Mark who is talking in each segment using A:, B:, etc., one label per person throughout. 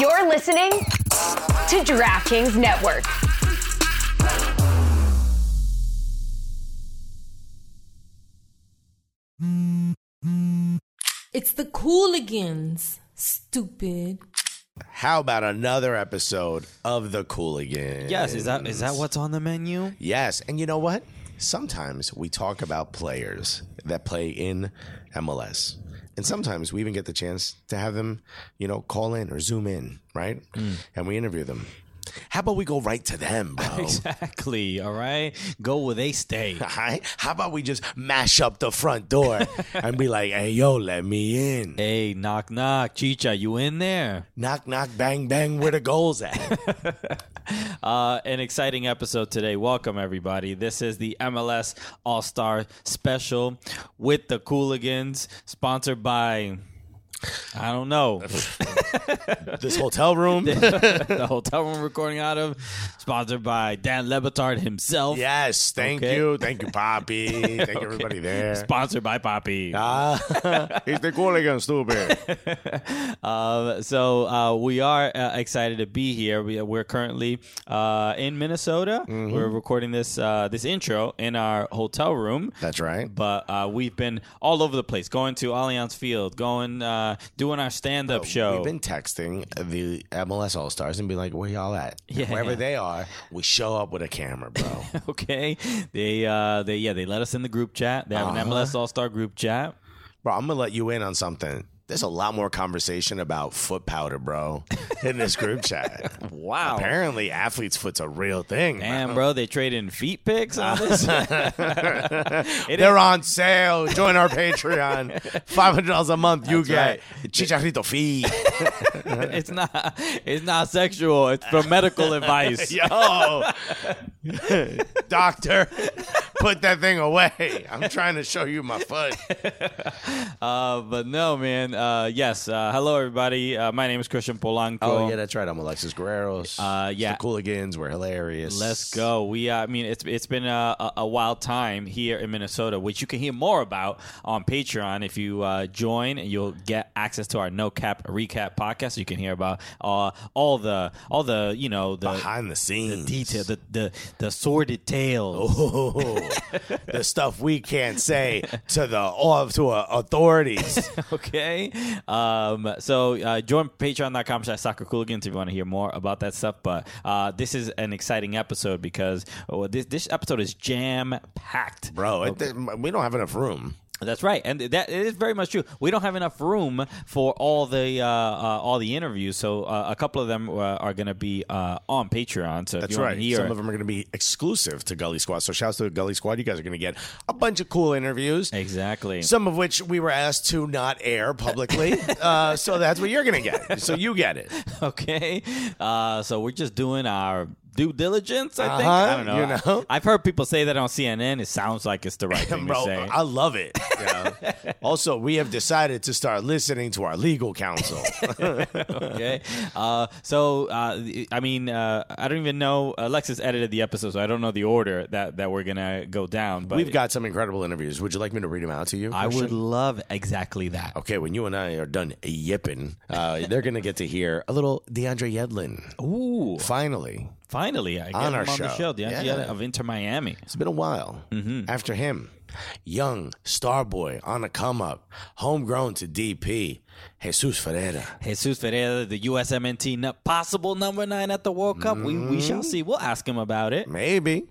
A: You're listening to DraftKings Network.
B: It's the Cooligans, stupid.
C: How about another episode of the Cooligans?
D: Yes, is that is that what's on the menu?
C: Yes, and you know what? Sometimes we talk about players that play in MLS. And sometimes we even get the chance to have them, you know, call in or zoom in, right?
D: Mm.
C: And we interview them. How about we go right to them, bro?
D: Exactly. All right, go where they stay.
C: Hi. How about we just mash up the front door and be like, hey, yo, let me in.
D: hey, knock knock, Chicha, you in there?
C: Knock, knock, bang, bang, where the goals at?
D: Uh, an exciting episode today. Welcome everybody. This is the MLS All Star Special with the Cooligans, sponsored by. I don't know
C: this hotel room?
D: the hotel room recording out of, sponsored by Dan Lebitard himself.
C: Yes, thank
D: Okay.
C: you. Thank you, Poppy. Thank everybody there.
D: Sponsored by Poppy.
C: Ah, he's the hooligan, stupid.
D: Uh, so uh, we are uh, excited to be here. We, we're currently uh, in Minnesota.
C: Mm-hmm.
D: We're recording this uh, this intro in our hotel room.
C: That's right.
D: But uh, we've been all over the place, going to Allianz Field, going uh, doing our stand up show.
C: Oh, We've been texting the MLS All Stars and be like, "Where y'all at?
D: Yeah,
C: Wherever
D: yeah.
C: they are, we show up with a camera, bro.
D: okay, they uh, they yeah they let us in the group chat. They have
C: Uh-huh.
D: an MLS All Star group chat.
C: bro, I'm gonna let you in on something. There's a lot more conversation about foot powder, bro, in this group chat.
D: Wow.
C: Apparently, athlete's foot's a real thing.
D: Damn, bro, they trade in feet pics on this. It
C: They're on sale. Join our Patreon. Five hundred dollars a month. you get
D: That's
C: chicharito fee.
D: it's not it's not sexual. It's for medical advice.
C: Yo, doctor, put that thing away. I'm trying to show you my foot.
D: Uh, but no, man. Uh, yes. Uh, hello, everybody. Uh, my name is Christian Polanco.
C: Oh, that's right. I'm Alexis Guerreros.
D: Uh,
C: It's
D: yeah.
C: the Cooligans. We're hilarious.
D: Let's go. We, uh, I mean, it's it's been a, a- a wild time here in Minnesota, which you can hear more about on Patreon. If you uh, join, you'll get access to our No Cap Recap podcast. You can hear about uh, all the all the you know the
C: behind the scenes.
D: detail, the the the sordid tales.
C: Oh, the stuff we can't say to the or to uh, authorities.
D: okay um, so uh, join patreon.com slash soccer if you want to hear more about that stuff but uh, this is an exciting episode because oh, this, this episode is jam packed
C: Bro, it, we don't have enough room.
D: that's right and that it is very much true we don't have enough room for all the uh, uh, all the interviews so uh, a couple of them uh, are going to be uh, on patreon so if
C: That's
D: you wanna
C: right.
D: hear
C: Some of them are going to be exclusive to Gully Squad. So shouts to Gully Squad. You guys are going to get a bunch of cool interviews.
D: exactly
C: Some of which we were asked to not air publicly. uh, so that's what you're going to get. So you get it.
D: okay uh, so we're just doing our due diligence i
C: Uh-huh,
D: think i don't know,
C: you know?
D: I, have heard people say that on cnn it sounds like it's the right thing
C: Bro,
D: to say
C: I love it. you know? also, we have decided to start listening to our legal counsel.
D: okay uh, so uh, i mean uh, i don't even know alexis edited the episode so i don't know the order that, that we're gonna go down but
C: We've got some incredible interviews. Would you like me to read them out to you?
D: i
C: Christian?
D: would love exactly that
C: Okay, when you and I are done yipping, uh, they're going to get to hear a little DeAndre Yedlin.
D: ooh
C: Finally,
D: finally i get
C: On
D: him
C: our
D: on the
C: show.
D: show the
C: Yeah.
D: idea of inter miami
C: it's been a while.
D: Mm-hmm.
C: After him, young star boy on a come up, homegrown to DP, Jesus Ferreira.
D: jesus ferreira the usmnt nu- possible number nine at the world cup we, we shall
C: Mm-hmm.
D: see we'll ask him about it
C: Maybe.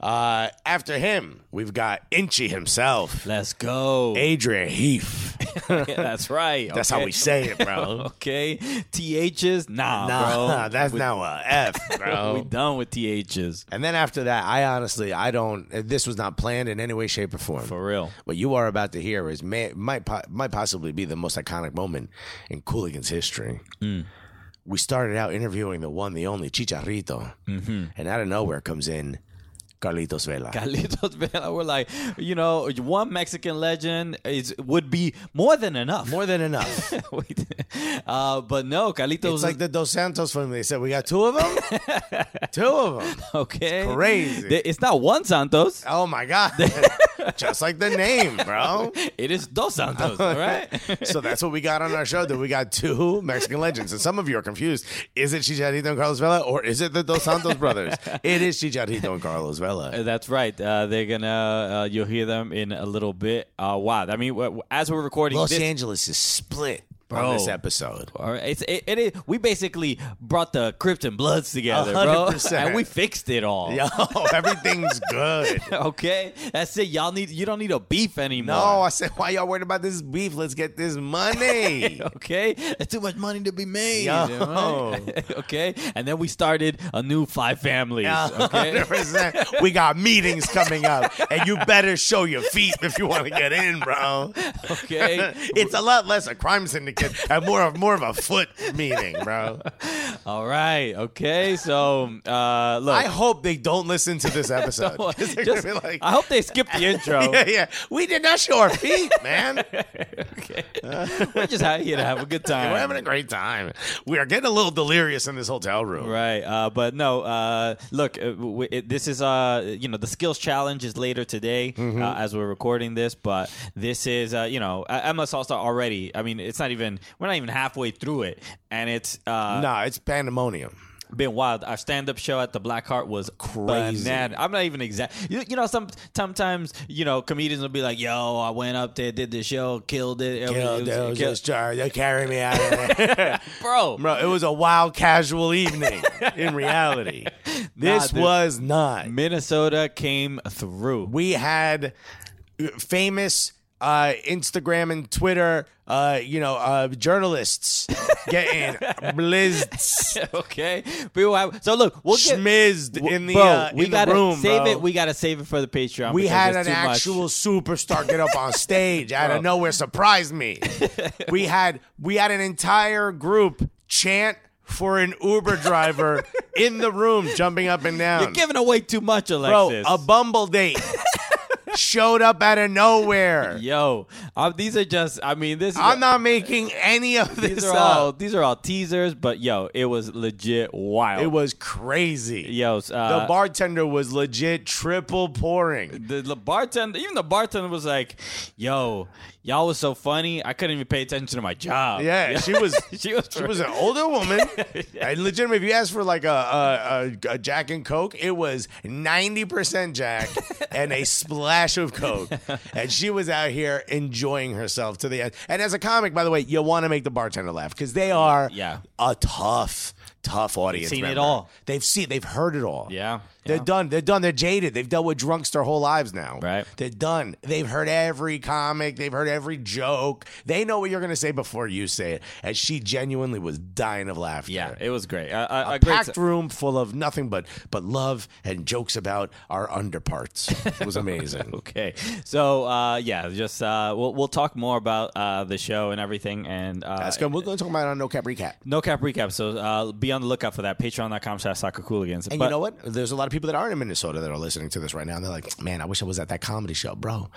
C: Uh, after him, we've got Inchi himself,
D: let's go
C: Adrian Heath.
D: that's right
C: That's
D: okay.
C: how we say it, bro.
D: okay ths nah,
C: nah,
D: bro
C: that's now a F, bro.
D: we done with ths
C: and then after that, I honestly, I don't. This was not planned in any way, shape, or form.
D: for real
C: What you are about to hear is may, might po- might possibly be the most iconic moment in Cooligan's history.
D: Hmm. Mm-hmm.
C: We started out interviewing the one, the only Chicharito, and out of nowhere comes in Carlitos Vela.
D: Carlitos Vela. We're like, you know, one Mexican legend is would be more than enough.
C: More than enough.
D: We did- uh, but no, Carlitos
C: it's like the Dos Santos family. They said we got two of them. two of them.
D: okay.
C: crazy.
D: Th- It's not one Santos.
C: Oh my god! Just like the name, bro.
D: It is dos Santos, all right?
C: so that's what we got on our show. That we got two Mexican legends, and some of you are confused. Is it Chicharito and Carlos Vela, or is it the Dos Santos brothers? It is Chicharito and Carlos Vela.
D: That's right. Uh, they're gonna. Uh, you'll hear them in a little bit. Uh, wow. I mean, w- w- as we're recording
C: Los
D: this,
C: Angeles is split
D: Bro.
C: on this episode.
D: All right. It's, it, it is. We basically brought the Crips and Bloods together, bro,
C: 100%.
D: and we fixed it all.
C: Yo, everything's good.
D: Okay, that's it. Y'all need. You don't need a beef anymore.
C: No, I said, why y'all worried about this beef? Let's get this money.
D: Okay, that's too much money to be made.
C: Yo.
D: am I? okay, and then we started a new five families. Okay,
C: 100%. We got meetings coming up, and you better show your feet if you want to get in, bro.
D: okay.
C: it's a lot less a crime syndicate and more of more of a foot meeting, bro.
D: All right. Okay. So uh, look,
C: I hope they don't listen to this episode. 'cause they're
D: just-
C: gonna be like,
D: I hope they skip the intro.
C: yeah, yeah, we did not show our feet, man.
D: okay. We're just out here to have a good time.
C: We're having a great time. We are getting a little delirious in this hotel room.
D: Right, uh, but no. Uh, look, uh, w- it, this is uh, you know the skills challenge is later today uh, as we're recording this, but this is uh, you know uh, MLS All Star already. I mean, it's not even we're not even halfway through it, and it's uh,
C: Nah, it's pandemonium.
D: been wild. Our stand up show at the Black Heart was crazy.
C: Crazy.
D: I'm not even exact. You, you know, some sometimes you know comedians will be like, "Yo, I went up there, did the show, killed it, It was- it was- killed-
C: They carry me out of there.
D: bro."
C: Bro, it was a wild casual evening in reality. This
D: dude.
C: was not.
D: Minnesota came through.
C: We had famous uh, Instagram and Twitter, uh, you know, uh, journalists getting blizzed,
D: Okay, people have, so look, we'll get
C: schmizzed in the,
D: bro.
C: uh,
D: we
C: in
D: gotta
C: the room.
D: save
C: bro.
D: it. We gotta save it for the Patreon.
C: We had
D: because
C: an
D: it's too much.
C: actual superstar get up on stage out of nowhere, surprised me. We had we had an entire group chant for an Uber driver in the room, jumping up and down.
D: You're giving away too much,
C: Bro,
D: Alexis.
C: a bumble date showed up out of nowhere.
D: Yo, uh, these are just. I mean, this. is-
C: I'm not making any of this
D: These are
C: up.
D: all. These are all teasers, but yo, it was legit wild.
C: it was crazy.
D: Yo, uh,
C: the bartender was legit triple pouring.
D: the, the bartender, even the bartender was like, "Yo, y'all was so funny. I couldn't even pay attention to my job."
C: Yeah, she was.
D: she was.
C: She was an older woman, and legitimately, if you asked for like a, a, a, a Jack and Coke, it was ninety percent Jack and a splash of Coke, and she was out here enjoying herself to the end. And as a comic, by the way, you want to make the bartender laugh because they are
D: Yeah.
C: a tough, tough audience.
D: seen it
C: member.
D: all.
C: They've seen. They've heard it all.
D: Yeah,
C: They're
D: yeah.
C: done. They're done. They're jaded. They've dealt with drunks their whole lives now.
D: Right.
C: They're done. They've heard every comic. They've heard every joke. They know what you're gonna say before you say it. And she genuinely was dying of laughter.
D: yeah, it was great. I, I,
C: A
D: a great
C: packed room full of nothing but but love and jokes about our underparts. It was amazing.
D: Okay, so uh, yeah, just uh, we'll we'll talk more about uh, the show and everything, and uh,
C: That's good. We're going to talk about it on No Cap Recap.
D: no cap recap. So uh, be on the lookout for that. Patreon.com slash soccer cooligans.
C: And you know what? There's a lot of people that aren't in Minnesota that are listening to this right now. And they're like, man, I wish I was at that comedy show. Bro,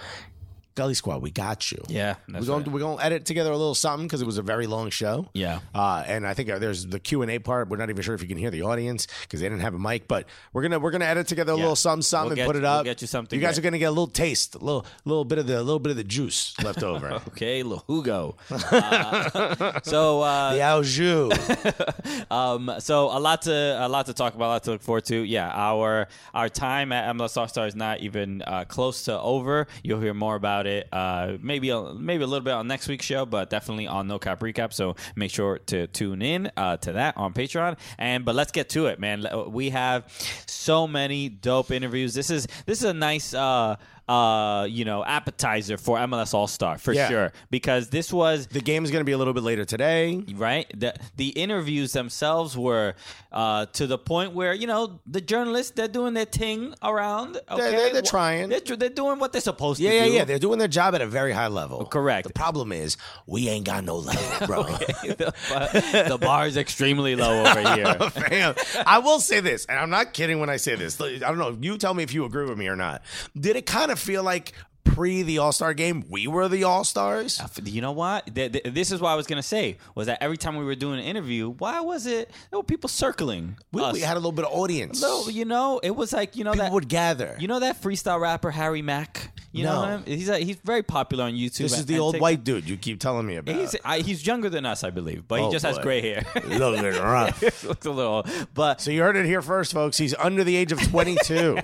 C: Gully Squad, we got you.
D: Yeah,
C: We're
D: that's
C: going,
D: right.
C: we're going to edit together a little something because it was a very long show.
D: Yeah.
C: Uh, and I think uh, there's the Q&A part. We're not even sure if you can hear the audience because they didn't have a mic. But we're going to we're gonna edit together a little something, something
D: We'll
C: and put
D: get-
C: it up.
D: we'll get you something
C: You guys are
D: that-
C: going to get a little taste, a little, little, bit, of the, little bit of the juice left over.
D: Okay, Lahugo. Uh, so uh,
C: the au jus.
D: um, so a lot to a lot to talk about, a lot to look forward to. Yeah, our our time at MLS All Star is not even uh, close to over. You'll hear more about it, uh, maybe a, maybe a little bit on next week's show, but definitely on No Cap Recap. So make sure to tune in uh, to that on Patreon. And but let's get to it, man. Le- We have so many dope interviews. This is this is a nice. Uh,
E: uh, you know, appetizer for MLS All Star for
C: Yeah.
E: sure because this was
C: The game's going to be a little bit later today.
E: right? The the interviews themselves were uh, to the point where you know the journalists they're doing their thing around. Okay?
C: they're- they're trying.
E: They're, tr- they're doing what they're supposed
C: Yeah,
E: to
C: yeah,
E: do.
C: yeah. They're doing their job at a very high level.
E: correct.
C: The problem is we ain't got no level, bro.
E: the, bar- the bar is extremely low over here.
C: Fam, I will say this, and I'm not kidding when I say this. I don't know. You tell me if you agree with me or not. Did it kind of feel like pre the All Star game, we were the All Stars?
E: You know what? Th- th- This is what I was gonna say was that every time we were doing an interview, why was it there were people circling?
C: We,
E: us?
C: we had a little bit of audience.
E: So, you know, it was like you know
C: People
E: that
C: would gather.
E: You know that freestyle rapper Harry Mack. You
C: No.
E: know him. He's a, he's very popular on YouTube.
C: this is
E: and-
C: the
E: and
C: old
E: TikTok.
C: white dude you keep telling me about.
E: He's I, he's younger than us, I believe, but
C: Oh,
E: he just has
C: boy.
E: gray hair.
C: Looking rough.
E: Looks a little, but,
C: So you heard it here first, folks. He's under the age of 22.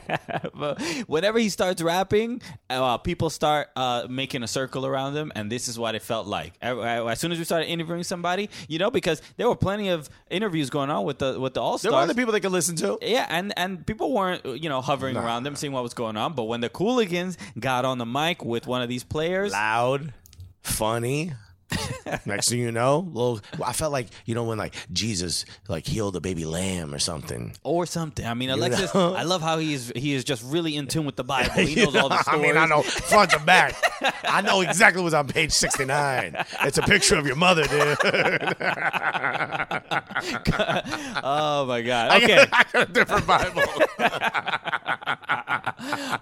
E: but whenever he starts rapping, uh, people start uh, making a circle around him, and this is what it felt like. Uh, uh, As soon as we started interviewing somebody, you know, because there were plenty of interviews going on with the with the All
C: there are
E: Stars.
C: other people they could listen to.
E: Yeah, and and people weren't you know hovering around them, seeing what was going on. But when the Cooligans got on the mic with one of these players,
C: loud, funny. Next thing you know, little, I felt like you know when like Jesus like healed a baby lamb or something.
E: or something. I mean, Alexis,
C: know?
E: I love how he is he is just really in tune with the Bible. He knows all the
C: I
E: stories.
C: mean, I know front to back. I know exactly what's on page sixty nine. It's a picture of your mother, dude.
E: Oh my god. Okay.
C: I got a different Bible.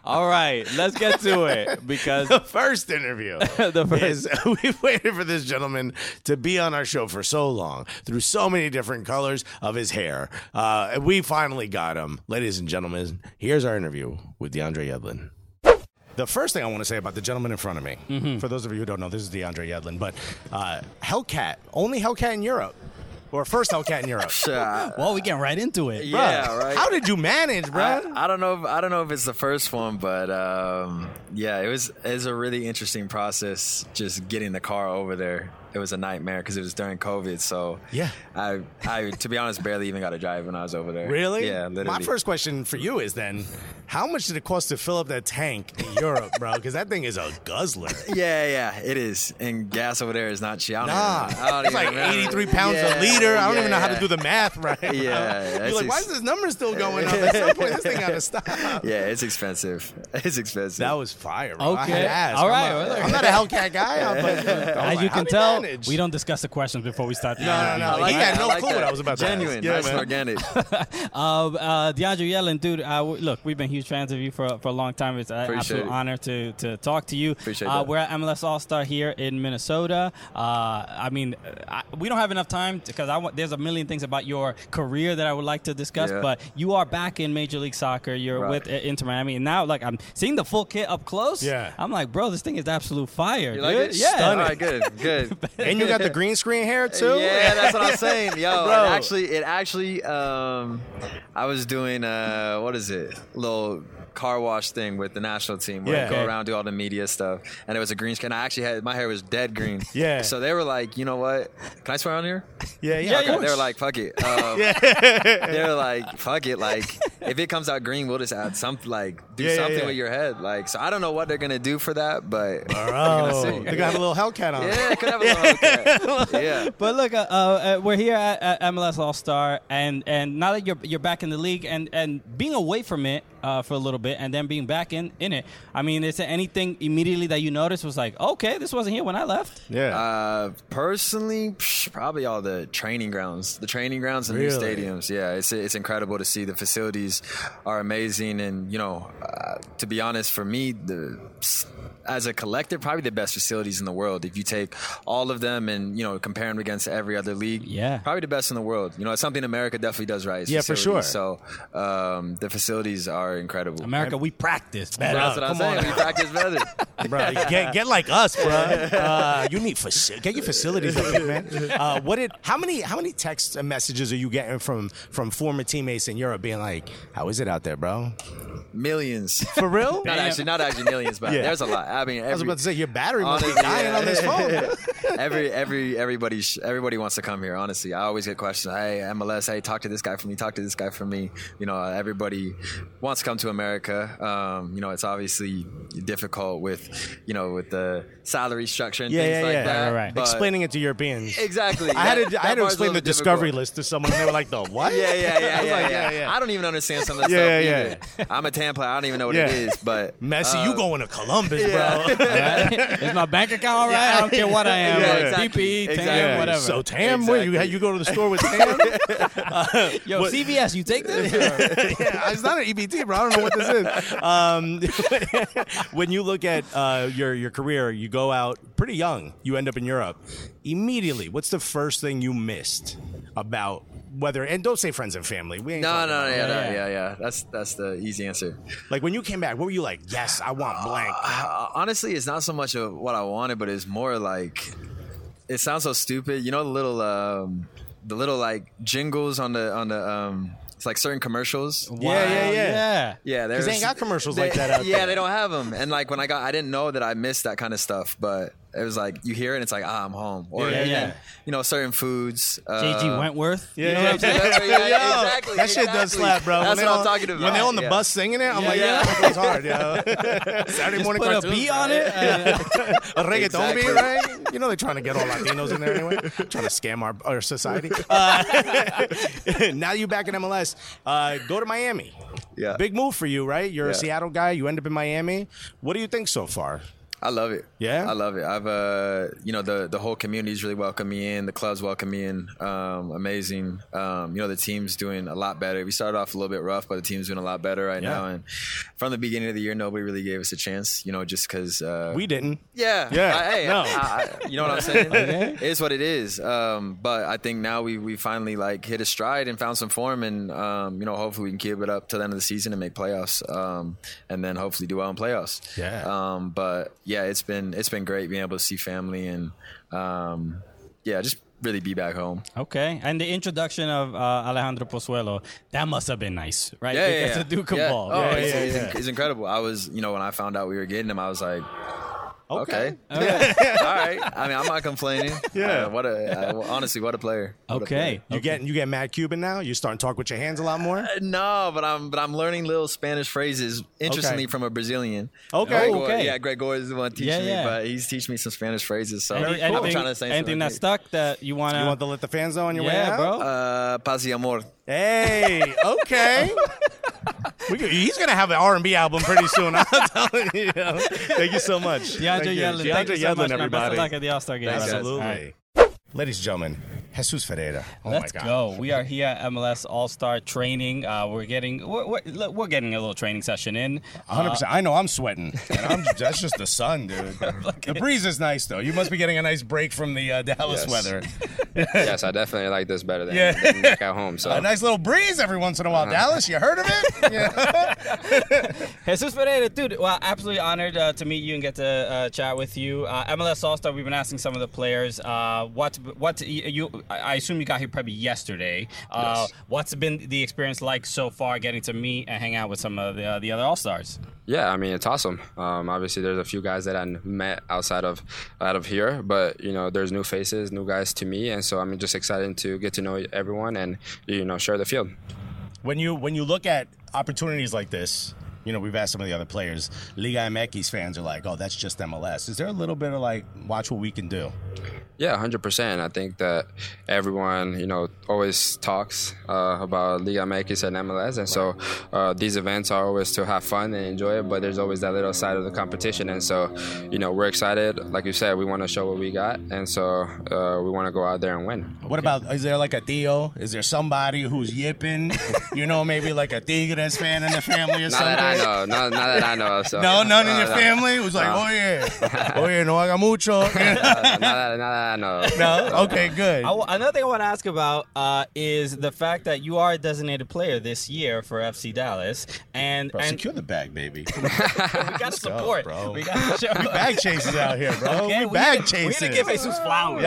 E: all right. Let's get to it because
C: The first interview.
E: the first
C: is we've waited for this gentleman to be on our show for so long through so many different colors of his hair. Uh, and we finally got him. Ladies and gentlemen, here's our interview with DeAndre Yedlin. The first thing I want to say about the gentleman in front of me,
D: Mm-hmm.
C: for those of you who don't know, this is DeAndre Yedlin, but uh, Hellcat, only Hellcat in Europe, or first Hellcat in Europe.
D: Well, we getting right into it.
C: Bruh,
F: Yeah, right.
C: How did you manage, bro?
F: I, I don't know. If, I don't know if it's the first one, but um, yeah, it was. It was a really interesting process. Just getting the car over there, it was a nightmare because it was during COVID. So
C: Yeah.
F: I, I to be honest, barely even got to drive when I was over there.
D: Really?
F: Yeah,
C: My
F: literally.
C: first question for you is then, how much did it cost to fill up that tank in Europe, bro? Because that thing is a guzzler.
F: Yeah, yeah, it is. And gas over there is not cheap. I don't
C: Nah,
F: even- I don't
C: it's
F: even
C: like
F: remember.
C: 83 pounds
F: Yeah,
C: a liter. I don't
F: yeah,
C: even know how to
F: yeah.
C: do the math right.
F: Yeah,
C: You're
F: that's
C: like, why is
F: ex-
C: this number still going up? At some point, this thing got to stop.
F: Yeah, it's expensive. It's expensive.
C: That was fire, bro. I had
D: Okay.
C: to ask.
D: All
C: I'm
D: right,
C: not-
D: well,
C: I'm not a Hellcat guy. I'm like, I'm
E: Oh,
D: As
C: like,
D: you
C: how
D: can
C: do
D: tell,
C: manage?
D: we don't discuss the questions before we start. The
C: no, no.
D: interview.
C: He had
F: that.
C: no
F: like
C: clue
F: that.
C: what I was about to ask.
F: Genuine,
C: Yeah,
F: nice
C: man.
F: and organic.
D: Uh, uh, DeAndre Yellen, dude. Uh, we, look, we've been huge fans of you for for a long time. It's an
F: Appreciate
D: absolute
F: it.
D: honor to to talk to you.
F: Appreciate
D: uh,
F: that.
D: We're at MLS All Star here in Minnesota. Uh, I mean, uh, I, we don't have enough time because I want, there's a million things about your career that I would like to discuss.
F: Yeah.
D: But you are back in Major League Soccer. You're
F: Right.
D: with uh, Inter Miami and now. Like I'm seeing the full kit up close.
C: Yeah.
D: I'm like, bro, this thing is absolute fire.
F: You
D: dude.
F: like it?
D: Yeah.
F: All right, good, good.
C: And you got the green screen hair too.
F: Uh, Yeah, that's what I'm saying, yo.
C: Bro.
F: It actually, it actually, um, I was doing uh, what is it, little car wash thing with the national team where
C: Yeah.
F: I go
C: Okay.
F: around do all the media stuff, and it was a green screen. I actually had my hair was dead green.
C: Yeah.
F: So they were like, you know what? Can I swear on here?
C: yeah, yeah. of
F: Okay, they were
C: course.
F: like, fuck it. Um, They were like, fuck it. Like, if it comes out green, we'll just add something. Like, do
C: Yeah, yeah,
F: something
C: yeah.
F: with your head. Like, so I don't know what they're gonna do for that, but
C: bro,
F: see.
C: they got a little Hellcat on.
F: yeah, it could have a little. haircut. Yeah.
D: But look, uh, uh, uh, we're here at, at MLS All Star, and and now that you're you're back in the league, and and being away from it uh, for a little bit, and then being back in in it. I mean, is there anything immediately that you noticed was like, okay, this wasn't here when I left?
C: Yeah.
F: Uh, personally, psh, probably all the training grounds, the training grounds and
C: Really?
F: new stadiums. Yeah, it's it's incredible to see. The facilities are amazing, and you know, uh, to be honest, for me, the as a collective, probably the best facilities in the world. If you take all of them and you know compare them against every other league,
D: Yeah.
F: probably the best in the world. You know, it's something America definitely does right. is
C: Yeah, for
F: facilities.
C: sure.
F: So um, the facilities are incredible.
D: America, we practiced.
F: That's what I'm saying. We practice better.
C: bro. Get, get like us, bro. Uh, you need faci- get your facilities up, here, man. Uh, what did? How many? How many texts and messages are you getting from from former teammates in Europe being like, "How is it out there, bro?"
F: millions.
C: For real?
F: Not actually, not actually millions, but
G: Yeah.
F: there's a lot. I mean, every,
G: I was about to say your battery must be
F: Honestly,
G: dying on this phone.
F: every every everybody sh- everybody wants to come here. Honestly, I always get questions. Hey, MLS. Hey, talk to this guy for me. Talk to this guy for me. You know, everybody wants to come to America. Um, you know, it's obviously difficult with you know with the salary structure and
C: Yeah,
F: things
C: yeah,
F: like
C: yeah.
F: that.
D: Right, right.
F: but-
C: Explaining it to Europeans.
F: exactly.
C: I had
F: That-
C: to, I
F: that
C: had to
F: part's a
C: explain the
F: little
C: discovery
F: difficult.
C: list to someone, and they were like, "The what?"
F: Yeah, yeah, yeah, yeah, yeah,
C: yeah.
F: I don't even understand some of that
C: Yeah,
F: stuff.
C: yeah,
F: either. I'm a Tampa. I don't even know what it
C: Yeah.
F: is, but uh,
C: Messi, you going to Columbus, bro?
D: Is my bank account all right? I don't care what I am.
F: Yeah,
D: like,
F: exactly.
D: PPE, tan,
F: Exactly.
D: whatever.
C: So Tam, where you you go to the store with Tam?
D: Yo, CVS, you take this?
C: yeah, it's not an EBT, bro. I don't know what this is. Um, when you look at uh, your your career, you go out pretty young. You end up in Europe immediately. What's the first thing you missed about whether? And don't say friends and family. We ain't
F: No,
C: talking
F: no,
C: about-
F: no, yeah, no, yeah, yeah. That's that's the easy answer.
C: Like when you came back, what were you like? Yes, I want blank.
F: Uh, honestly, it's not so much of what I wanted, but it's more like it sounds so stupid. You know the little um, the little like jingles on the on the um, it's like certain commercials.
C: yeah, yeah, yeah. Because
F: Yeah, there's
C: they ain't got commercials
F: they-
C: like that out
F: yeah,
C: there.
F: they don't have them. And like when I got, I didn't know that I missed that kind of stuff, but it was like you hear it, and it's like ah, I'm home. Or
D: Yeah, yeah.
F: you know certain foods. Uh,
D: JG Wentworth. You know what I'm saying?
F: yeah, yeah,
C: Yo,
F: exactly,
C: that shit does
F: exactly.
C: slap, bro.
F: That's
C: When they
F: what I'm
C: on-
F: talking about.
C: When they're on the
F: Yeah.
C: bus singing it, I'm like,
F: Yeah.
C: yeah, that goes hard, yo. Saturday morning
D: Put a
C: cartoons,
D: B
C: bro.
D: on it. Uh,
C: A reggaeton
F: Exactly.
C: beat, right? You know they're trying to get all Latinos in there anyway. trying to scam our, our society. Uh, now you back in MLS. Uh, go to Miami.
F: Yeah.
C: Big move for you, right? You're a
F: Yeah.
C: Seattle guy. You end up in Miami. What do you think so far?
F: I love it.
C: Yeah?
F: I love it. I've uh, you know, the the whole community's really welcomed me in. The clubs welcomed me in. Um, amazing. Um, you know, the team's doing a lot better. We started off a little bit rough, but the team's doing a lot better right
C: Yeah.
F: now. And from the beginning of the year, nobody really gave us a chance. You know, just because uh,
C: We didn't.
F: yeah.
C: Yeah.
F: I- hey,
C: No.
F: I- I- you know what I'm saying? It's what it is. Um, but I think now we we finally like hit a stride and found some form, and um, you know hopefully we can keep it up till the end of the season and make playoffs, um, and then hopefully do well in playoffs.
C: Yeah.
F: Um, but yeah, it's been it's been great being able to see family and um, yeah, just really be back home.
D: Okay, and the introduction of uh, Alejandro Pozuelo, that must have been nice, right?
F: Yeah, yeah,
D: because
F: yeah.
D: the Duke of
F: Yeah.
D: Ball.
F: Oh,
D: right?
F: it's, it's inc- it's incredible. I was, you know, when I found out we were getting him, I was like, okay, all right. I mean, I'm not complaining.
C: Yeah.
F: Uh, what a uh, honestly, what a player. What a
D: Okay.
C: You get you get Matt Cuban now. You starting to talk with your hands a lot more.
F: player. No, but I'm but I'm learning little Spanish phrases. Interestingly,
C: Okay.
F: from a Brazilian.
C: Okay.
F: Gregor-
D: okay.
F: Yeah, Greg Gore is the one teaching
D: Yeah, yeah.
F: me, but he's teaching me some Spanish phrases. So
D: Any-
F: I'm
D: anything,
F: trying to say
D: anything that
F: that's
D: stuck that you want
C: You want
D: to?
C: to let the fans know on your way
D: Yeah,
C: out,
D: bro.
F: Uh, paz y amor.
C: Hey, okay. We could- he's gonna have an R and B album pretty soon. I'm telling you. Thank you so much.
D: DeAndre
C: Thank you.
D: Yedlin, thank you
C: DeAndre
D: so much,
C: Yedlin,
D: man. Best of luck at the All Star game.
F: Thanks,
D: brother.
F: guys.
C: Absolutely.
D: All right.
C: Ladies and gentlemen, Jesus Ferreira. Oh
D: Let's
C: my God.
D: go. We are here at MLS All Star Training. Uh, we're getting we're, we're, look, we're getting a little training session in.
C: 100%.
H: Uh,
C: I know I'm sweating. And I'm, that's just the sun, dude. The breeze is nice, though. You must be getting a nice break from the uh, Dallas
H: Yes.
C: weather.
H: yes, I definitely like this better than
C: Yeah.
H: than back at home. So
C: A nice little breeze every once in a while.
H: Uh-huh.
C: Dallas, you heard of it? Yeah.
D: Jesus Pereira, dude, well, absolutely honored uh, to meet you and get to uh, chat with you. Uh, MLS All Star, we've been asking some of the players uh, what what you. I I assume you got here probably yesterday. Uh,
H: Yes.
D: What's been the experience like so far, getting to meet and hang out with some of the, uh, the other All Stars?
H: yeah, I mean it's awesome. Um, obviously, there's a few guys that I met outside of out of here, but you know, there's new faces, new guys to me, and so I'm just excited to get to know everyone and you know share the field.
C: when you when you look at opportunities like this, you know, we've asked some of the other players. Liga MX fans are like, "Oh, that's just MLS." Is there a little bit of like, "Watch what we can do"?
H: Yeah, hundred percent. I think that everyone, you know, always talks uh, about Liga MX and MLS, and so uh, these events are always to have fun and enjoy it. But there's always that little side of the competition, and so, you know, we're excited. Like you said, we want to show what we got, and so uh, we want to go out there and win.
C: What about? Is there like a Theo? Is there somebody who's yipping? you know, maybe like a Tigres fan in the family or
H: Not
C: something.
H: that I know. Not, not that I know. of, So.
C: No, none in
H: Uh,
C: your
H: no.
C: family who's like,
H: No.
C: "Oh yeah, oh yeah, no haga mucho."
H: Uh, not, that, not that I know. of.
C: no, okay, good.
D: I w- another thing I want to ask about uh, is the fact that you are a designated player this year for FC Dallas, and
C: Bro,
D: and
C: secure the bag, baby.
D: we got to
C: go,
D: support.
C: bro.
D: We got to show.
C: bag chasers out here, bro.
D: Okay,
C: we
D: we
C: bag
D: gotta- We
C: chasers.
D: gonna give Jesus flowers.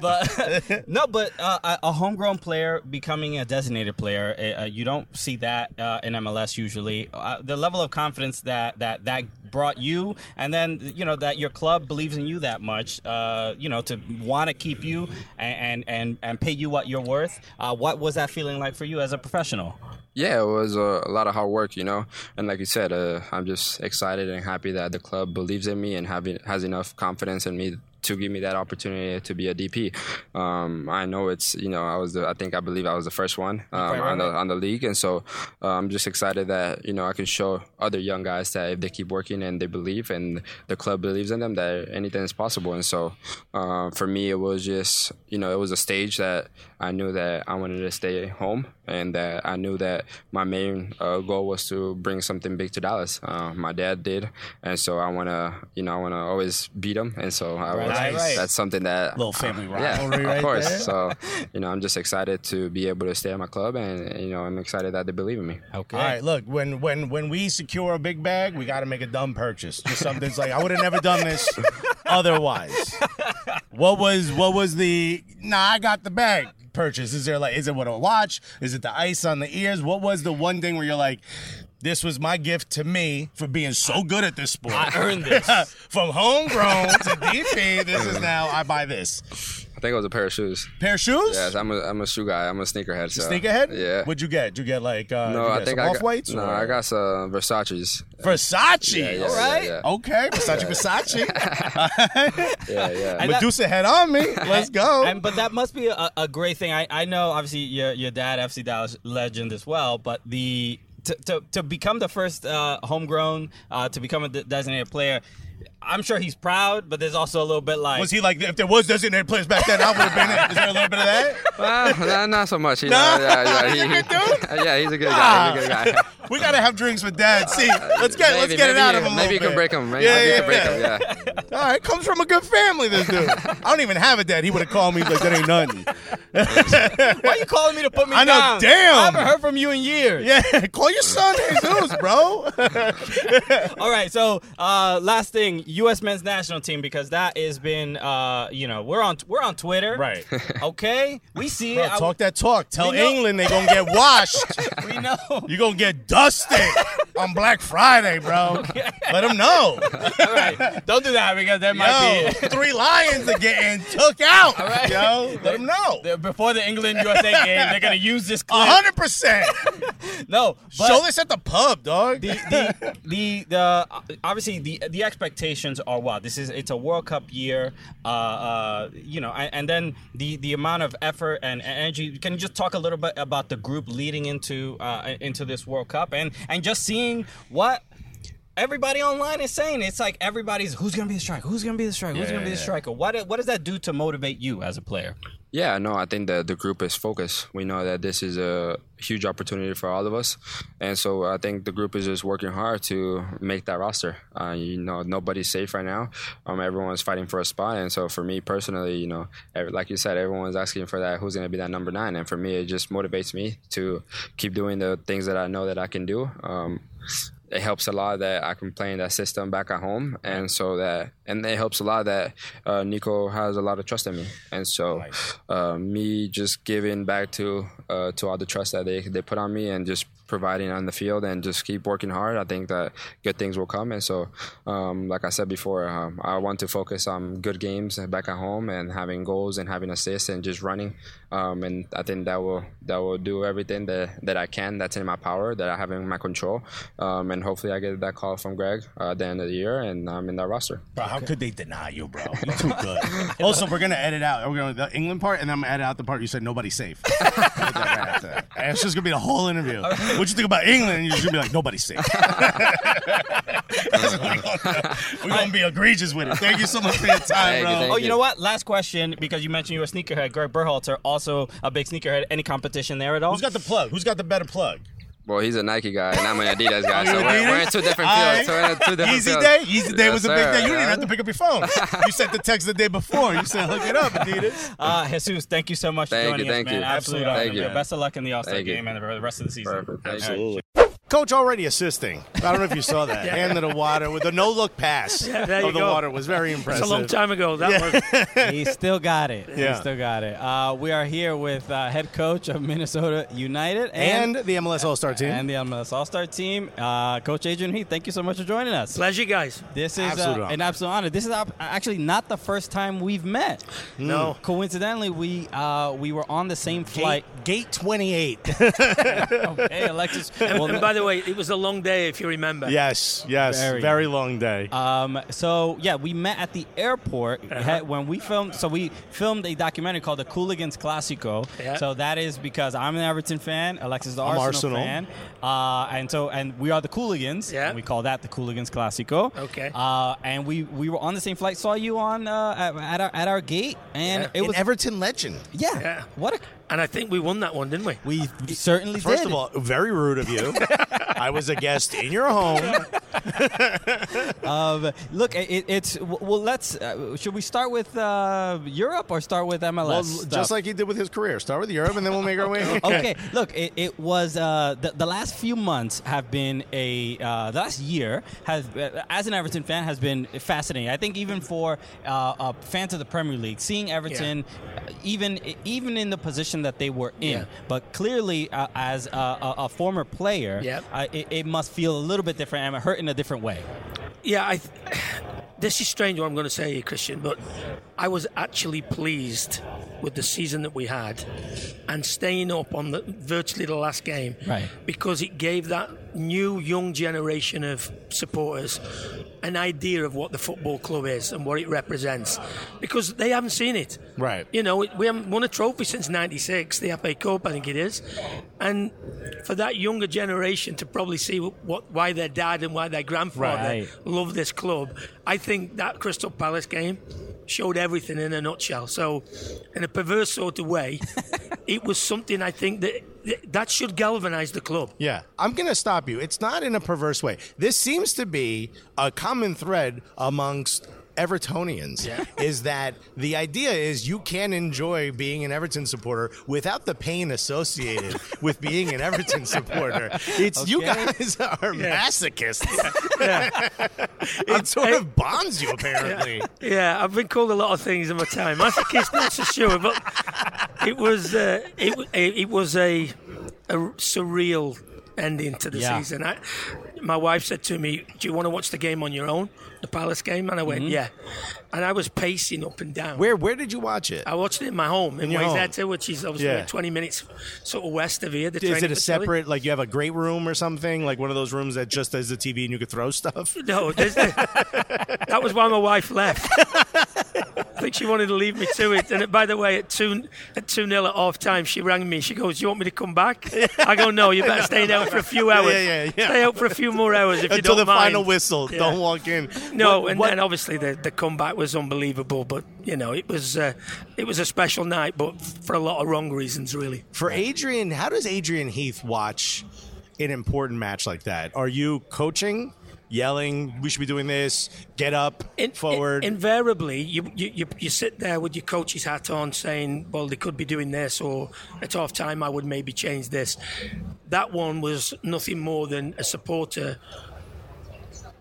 D: but no, but uh, a- a eh, homegrown player becoming a designated player, uh, uh, you don't see that uh, in MLS usually. uh, the level of confidence that that that brought you, and then you know that your club believes in you that much, uh, you know, to want to keep you and, and and and pay you what you're worth. Uh, what was that feeling like for you as a professional?
H: yeah, it was uh, a, a lot of hard work, you know. And like you said, uh, I'm just excited and happy that the club believes in me and having has enough confidence in me to give me that opportunity to be a DP. Um, I know it's you know I was the, I think I believe I was the first one um, on the on the league, and so uh, I'm just excited that you know I can show other young guys that if they keep working and they believe and the club believes in them that anything is possible. And so uh, for me, it was just you know it was a stage that I knew that I wanted to stay home and that I knew that my main uh, goal was to bring something big to Dallas. Uh, my dad did, and so I want to, you know, I want to always beat him, and so I was,
D: Right, right.
H: that's something that
C: Little family
H: yeah,
C: rivalry
H: of
C: right
H: course.
C: there.
H: So, you know, I'm just excited to be able to stay at my club, and you know, I'm excited that they believe in me.
D: Okay.
C: All right, look, when when when we secure a big bag, we got to make a dumb purchase. Just something's like I would have never done this otherwise. What was what was the Nah, I got the bag purchase. Is there like is it what a watch? Is it the ice on the ears? What was the one thing where you're like this was my gift to me for being so good at this sport. I earned this. From homegrown to DP, this is now I buy this.
H: I think it was a pair of shoes.
C: Pair of shoes?
H: Yes, I'm a I'm a shoe guy. I'm a sneakerhead. So.
C: Sneakerhead?
H: Yeah.
C: What'd you get? Did you get like uh
H: no, I think I
C: off
H: got
C: whites?
H: no, I got some Versace's.
C: Versace.
H: Yeah, yeah,
C: all right.
H: yeah, yeah.
C: Okay. Versace, Versace.
H: Yeah, yeah.
C: Medusa head on me. Let's go.
D: And but that must be a, a great thing. I, I know obviously your your dad FC Dallas legend as well, but the to, to, to become the first uh, homegrown uh, to become a de- designated player, I'm sure he's proud, but there's also a little bit like
C: was he like, if there was designated players back then, I would have been it. Is there a little bit of that?
H: Well, nah, not so much. You know? yeah, yeah, he- yeah, he's a good guy. He's a good guy.
C: We gotta have drinks with dad. See, let's get Ah. let's
H: Maybe-
C: get it
H: maybe
C: out
H: you-
C: of him.
H: Maybe you can break him. Maybe you can break him. Yeah.
C: All right, comes from a good family. This dude. I don't even have a dad. He would have called me like that ain't nothing.
D: Why are you calling me to put me
C: I know,
D: down?
C: damn.
D: I haven't heard from you in years.
C: Yeah, call your son Jesus, bro.
D: All right, so uh, last thing, U.S. Men's National Team, because that has been, uh, you know, we're on we're on Twitter,
C: Right.
D: Okay, we see it. I-
C: talk that talk. Tell
D: We know-
C: England they gonna get washed.
D: we know.
C: You're gonna get dusted on Black Friday, bro. Let them know.
D: All right, don't do that because there might
C: Yo,
D: be.
C: three lions are getting took out. Yo, let them know.
D: The- before the England USA game, they're gonna use this clip.
C: hundred percent.
D: No, but
C: Show this at the pub, dog.
D: the, the the the obviously the the expectations are wild. This is it's a World Cup year, uh, uh, you know, and, and then the the amount of effort and, and energy. Can you just talk a little bit about the group leading into uh, into this World Cup and and just seeing what. Everybody online is saying it's like everybody's who's gonna be the striker, who's gonna be the striker, who's gonna be the striker. What what does that do to motivate you as a player?
H: Yeah, no, I think that the group is focused. We know that this is a huge opportunity for all of us, and so I think the group is just working hard to make that roster. Uh, you know, nobody's safe right now. Um, everyone's fighting for a spot, and so for me personally, you know, ev- like you said, everyone's asking for that. Who's going to be that number nine? And for me, it just motivates me to keep doing the things that I know that I can do. Um, it helps a lot that I can play in that system back at home, and so that and it helps a lot that uh, Nico has a lot of trust in me, and so uh, me just giving back to uh, to all the trust that they they put on me, and just providing on the field, and just keep working hard. I think that good things will come, and so um, like I said before, um, I want to focus on good games back at home and having goals and having assists and just running, um, and I think that will that will do everything that that I can that's in my power that I have in my control, um, and hopefully I get that call from Greg uh, at the end of the year and I'm in that roster.
C: Bro, how could they deny you, bro? You're too good. also, we're gonna edit out. We're gonna the England part, and then I'm gonna edit out the part you said nobody's safe. Edit that right after that. and it's just gonna be the whole interview. What you think about England? And you're just gonna be like nobody's safe. That's what we're, gonna, we're gonna be egregious with it. Thank you so much for your time,
H: Thank you,
C: bro.
H: thank
D: Oh, you know what? Last question, because you mentioned you were a sneakerhead. Greg Berhalter, also a big sneakerhead. Any competition there at all?
C: Who's got the plug? Who's got the better plug?
H: Well, he's a Nike guy and I'm an Adidas guy, so
C: Oh, you
H: we're, we're in
C: Adidas?
H: two different
C: All
H: fields. So we're in two different
C: Easy
H: fields.
C: day. Easy day
H: Yes,
C: was a big
H: sir.
C: day. You didn't
H: Yeah.
C: have to pick up your phone. You sent the text the day before. You said, "Hook it up, Adidas."
D: Uh, Jesus, thank you so much
H: Thank
D: for
H: you,
D: joining
H: thank
D: us,
H: you.
D: man. Absolute
H: Thank
D: honor,
H: you.
D: man. Best of luck in the All Star
H: Thank you.
D: game and the rest of the season.
H: Perfect. Thank you.
C: Coach already assisting. I don't know if you saw that. Hand to the water with a no look pass
I: there
C: of
I: you
C: the
I: go.
C: water was very impressive.
I: It's a long time ago. That was
D: he still got it.
C: Yeah.
D: He still got it. Uh, we are here with uh, head coach of Minnesota United
C: And
D: and,
C: the MLS All Star team.
D: and the MLS All Star team. Uh, coach Adrian Heath, thank you so much for joining us.
I: pleasure, guys.
D: This is
C: Absolute
D: uh,
C: honor.
D: an absolute honor. This is op- actually not the first time we've met.
I: No.
D: Coincidentally, we uh, we were on the same flight.
C: Gate, gate 28.
D: hey, Alexis. well,
I: And by the way, it was a long day, if you remember.
C: yes, yes.
D: Very.
C: Very, long day.
D: Um, so yeah, we met at the airport
I: Uh-huh.
D: had- when we filmed. So we filmed a documentary called "The Cooligans Classico."
I: Yeah.
D: So that is because I'm an Everton fan, Alexis is the Arsenal,
C: Arsenal.
D: fan, uh, and so and we are the Cooligans.
I: Yeah.
D: and we call that the Cooligans Classico.
I: Okay.
D: Uh, and we we were on the same flight. Saw you on uh, at, at our at our gate, and it
J: It was
D: was
J: Everton legend.
D: yeah,
I: Yeah.
D: What a,
I: And I think we won that one, didn't we?
D: we certainly
C: First
D: did.
C: of all, very rude of you. I was a guest in your home.
D: Um, look, it, it's well. Let's uh, should we start with uh, Europe or start with MLS?
J: Well,
D: stuff?
J: just like he did with his career. Start with Europe and then we'll make our way.
D: okay, look, it, it was uh, the, the last few months have been a uh, the last year has uh, as an Everton fan has been fascinating. I think even for uh, uh, fans of the Premier League, seeing Everton uh, even even in the position that they were in,
I: Yeah.
D: but clearly uh, as a, a, a former player,
I: Yep.
D: uh, it, it must feel a little bit different and hurt in a different way.
I: Yeah, I. Th- this is strange what I'm going to say here, Christian, but I was actually pleased with the season that we had and staying up on the virtually the last game,
D: Right.
I: Because it gave that new young generation of supporters an idea of what the football club is and what it represents, because they haven't seen it,
C: Right.
I: You know, we haven't won a trophy since '96, the FA Cup, I think it is, and for that younger generation to probably see what why their dad and why their grandfather
D: Right.
I: love this club. I think that Crystal Palace game showed everything in a nutshell. So, in a perverse sort of way, it was something I think that that should galvanise the club.
C: Yeah. I'm going to stop you. It's not in a perverse way. This seems to be a common thread amongst Evertonians is that the idea is you can enjoy being an Everton supporter without the pain associated with being an Everton supporter. It's you
D: Okay.
C: guys are masochists. it sort of bonds you apparently.
I: Yeah, I've been called a lot of things in my time. Masochist, not so sure, but it was uh, it, wa- it was a, a surreal ending to the
D: Yeah.
I: season. I, my wife said to me, "Do you want to watch the game on your own, the Palace game?" And I went,
D: Mm-hmm.
I: "Yeah," and I was pacing up and down.
J: Where where did you watch it?
I: I watched it in my home in,
C: your home.
I: Wayzata, which is obviously
C: Yeah.
I: 20 minutes sort of west of here. The
C: Is
I: training
C: it a
I: facility.
C: separate like you have a great room or something like one of those rooms that just has a TV and you could throw stuff?
I: No, there's the, that was why my wife left. I think she wanted to leave me to it. And by the way, at two at two nil at half time, she rang me. She goes, "You want me to come back?" I go, "No, you better stay out for a few hours.
C: yeah, yeah, yeah.
I: Stay out for a few more hours if you
C: Until
I: don't
C: the
I: mind."
C: final whistle,
I: Yeah.
C: don't walk in.
I: No,
C: What-
I: and
C: what-
I: then obviously the, the comeback was unbelievable. But you know, it was uh, it was a special night, but for a lot of wrong reasons, really.
C: For Adrian, how does Adrian Heath watch an important match like that? Are you coaching, yelling, we should be doing this, get up, forward?
I: invariably, you, you, you, you sit there with your coach's hat on saying, well, they could be doing this, or at half time, I would maybe change this. That one was nothing more than a supporter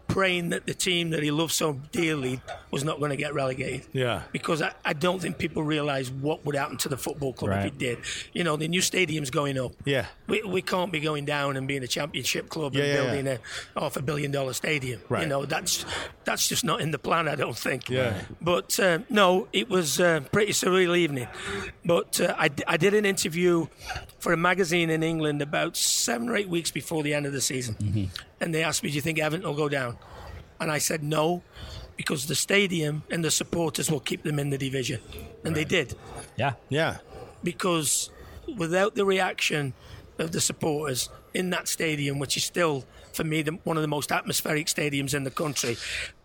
I: praying that the team that he loved so dearly was not going to get relegated.
C: Yeah.
I: Because I, I don't think people realise what would happen to the football club if
D: Right.
I: it did. You know, the new stadium's going up.
C: Yeah.
I: We, we can't be going down and being a championship club
C: Yeah,
I: and
C: yeah, yeah.
I: building a half a billion dollar stadium. You
C: Right.
I: know, that's that's just not in the plan, I don't think.
C: Yeah. Right.
I: But uh, no, it was uh, pretty surreal evening. But uh, I, d- I did an interview for a magazine in England about seven or eight weeks before the end of the season,
C: Mm-hmm.
I: and they asked me, "Do you think Everton will go down?" And I said no, because the stadium and the supporters will keep them in the division, and they did
D: Yeah.
C: yeah.
I: because without the reaction of the supporters in that stadium, which is still for me the, one of the most atmospheric stadiums in the country,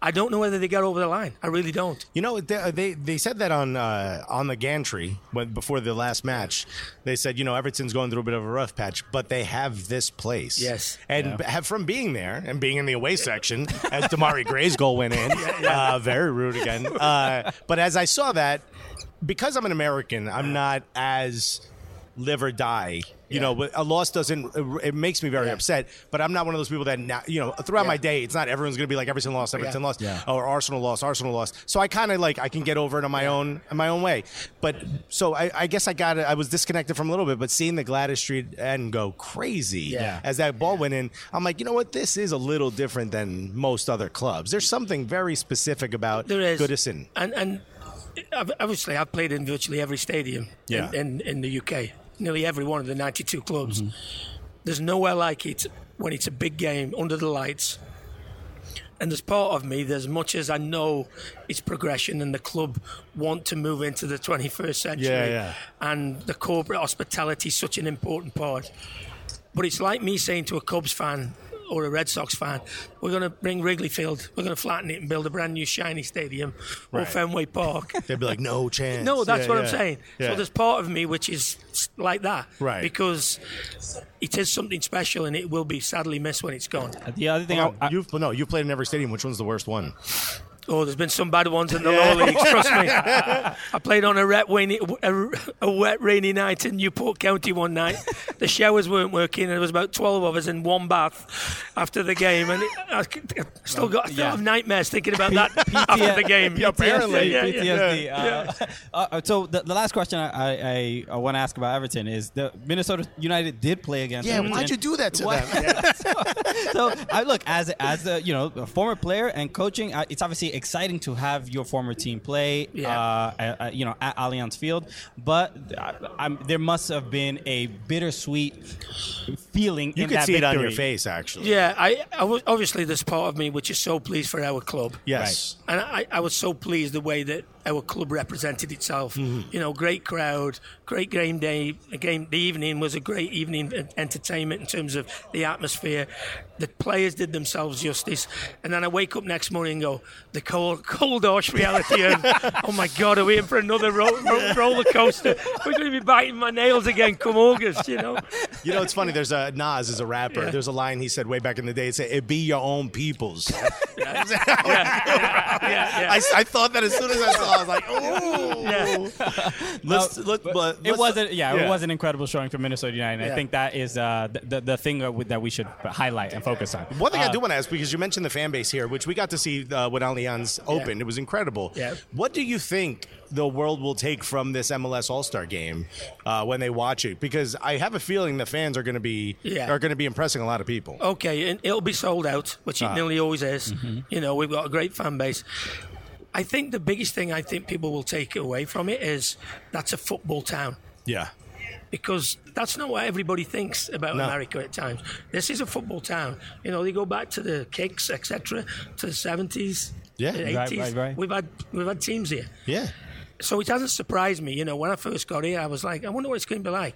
I: I don't know whether they got over the line. I really don't.
C: You know they uh, they, they said that on uh, on the gantry when, before the last match. They said you know Everton's going through a bit of a rough patch, but they have this place.
I: Yes.
C: and have, from being there and being in the away section as Damari Gray's goal went in, uh, very rude again. Uh, but as I saw that, because I'm an American, I'm not as live or die. You know, but a loss doesn't. It makes me very upset. But I'm not one of those people that now, you know throughout my day. It's not everyone's going to be like Everton lost, Everton lost, or Arsenal lost, Arsenal lost. So I kind of like I can get over it on my own in my own way. But so I, I guess I got it. I was disconnected from a little bit, but seeing the Gladys Street end go crazy
I: Yeah.
C: as that ball went in, I'm like, you know what? This is a little different than most other clubs. There's something very specific about
I: There is
C: Goodison.
I: and and ob- obviously I've played in virtually every stadium
C: Yeah.
I: in, in in the UK, nearly every one of the 92 clubs. There's nowhere like it when it's a big game under the lights. And there's part of me, that as much as I know it's progression and the club want to move into the 21st century,
C: Yeah, yeah.
I: and the corporate hospitality is such an important part. But it's like me saying to a Cubs fan or a Red Sox fan, we're going to bring Wrigley Field, we're going to flatten it and build a brand new shiny stadium or
C: Right.
I: Fenway Park.
C: They'd be like, no chance.
I: no, that's
C: Yeah,
I: what
C: yeah.
I: I'm saying.
C: Yeah.
I: So there's part of me which is like that.
C: Right.
I: Because it is something special and it will be sadly missed when it's gone.
D: The other thing, I,
C: Hold on.
D: I,
C: Oh, you've no, you've played in every stadium. Which one's the worst one?
I: Oh, there's been some bad ones in the lower leagues. Trust me. I played on a, wet rainy, a, a wet rainy night in Newport County one night. The showers weren't working, and there was about twelve of us in one bath after the game, and it, I, could- I still got I still
D: Yeah.
I: have nightmares thinking about that after the game.
D: PTSD,
I: yeah, yeah,
D: PTSD.
I: yeah.
D: uh, uh, so the, the last question I, I, I want to ask about Everton is the Minnesota United did play against.
K: Yeah,
D: Everton.
K: why'd you do that to
D: Why-
K: them?
D: so I look as as a you know a former player and coaching. I, it's obviously exciting to have your former team play,
I: Yeah.
D: uh, uh, uh, you know, at Allianz Field. But I, I'm, there must have been a bittersweet feeling.
C: You
D: in
C: could
D: that
C: see it on your
D: victory.
C: face, actually.
I: Yeah, I, I was, obviously there's part of me which is so pleased for our club.
C: Yes.
I: and I, I was so pleased the way that our club represented itself. You know, great crowd, great game day. The game, the evening was a great evening of entertainment in terms of the atmosphere. The players did themselves justice, and then I wake up next morning and go, the cold, cold harsh reality of, oh my God, are we in for another ro- ro- roller coaster? We're going to be biting my nails again come August, you know.
C: You know, it's funny. There's a Nas is a rapper. There's a line he said way back in the day. It said, "It be your own people's."
I: Yeah, yeah.
K: I, I thought that as soon as I saw, I was like, oh.
I: Yeah.
C: Let's- let- but
D: Uh, It
C: let's-
D: wasn't, yeah,
C: yeah.
D: it was an incredible showing for Minnesota United. I think that is uh, the, the the thing that we- that we should highlight and focus on.
C: One thing
I: Uh,
C: I do want to ask because you mentioned the fan base here, which we got to see uh, when Allianz opened. It was incredible.
I: Yeah.
C: What do you think the world will take from this MLS All Star game uh, when they watch it? Because I have a feeling the fans are going to be
I: Yeah. Oh.
C: are going to be impressing a lot of people.
I: Okay, and it'll be sold out, which
C: Ah.
I: it nearly always is.
C: Mm-hmm.
I: You know, we've got a great fan base. I think the biggest thing I think people will take away from it is that's a football town
C: Yeah.
I: because that's not what everybody thinks about
C: No.
I: America at times. This is a football town. You know, they go back to the kicks, etc., to the seventies,
C: Yeah.
I: the
C: Right,
I: eighties.
D: right, right.
I: We've had we've had teams here
C: Yeah.
I: so it hasn't surprised me. You know, when I first got here, I was like, I wonder what it's going to be like.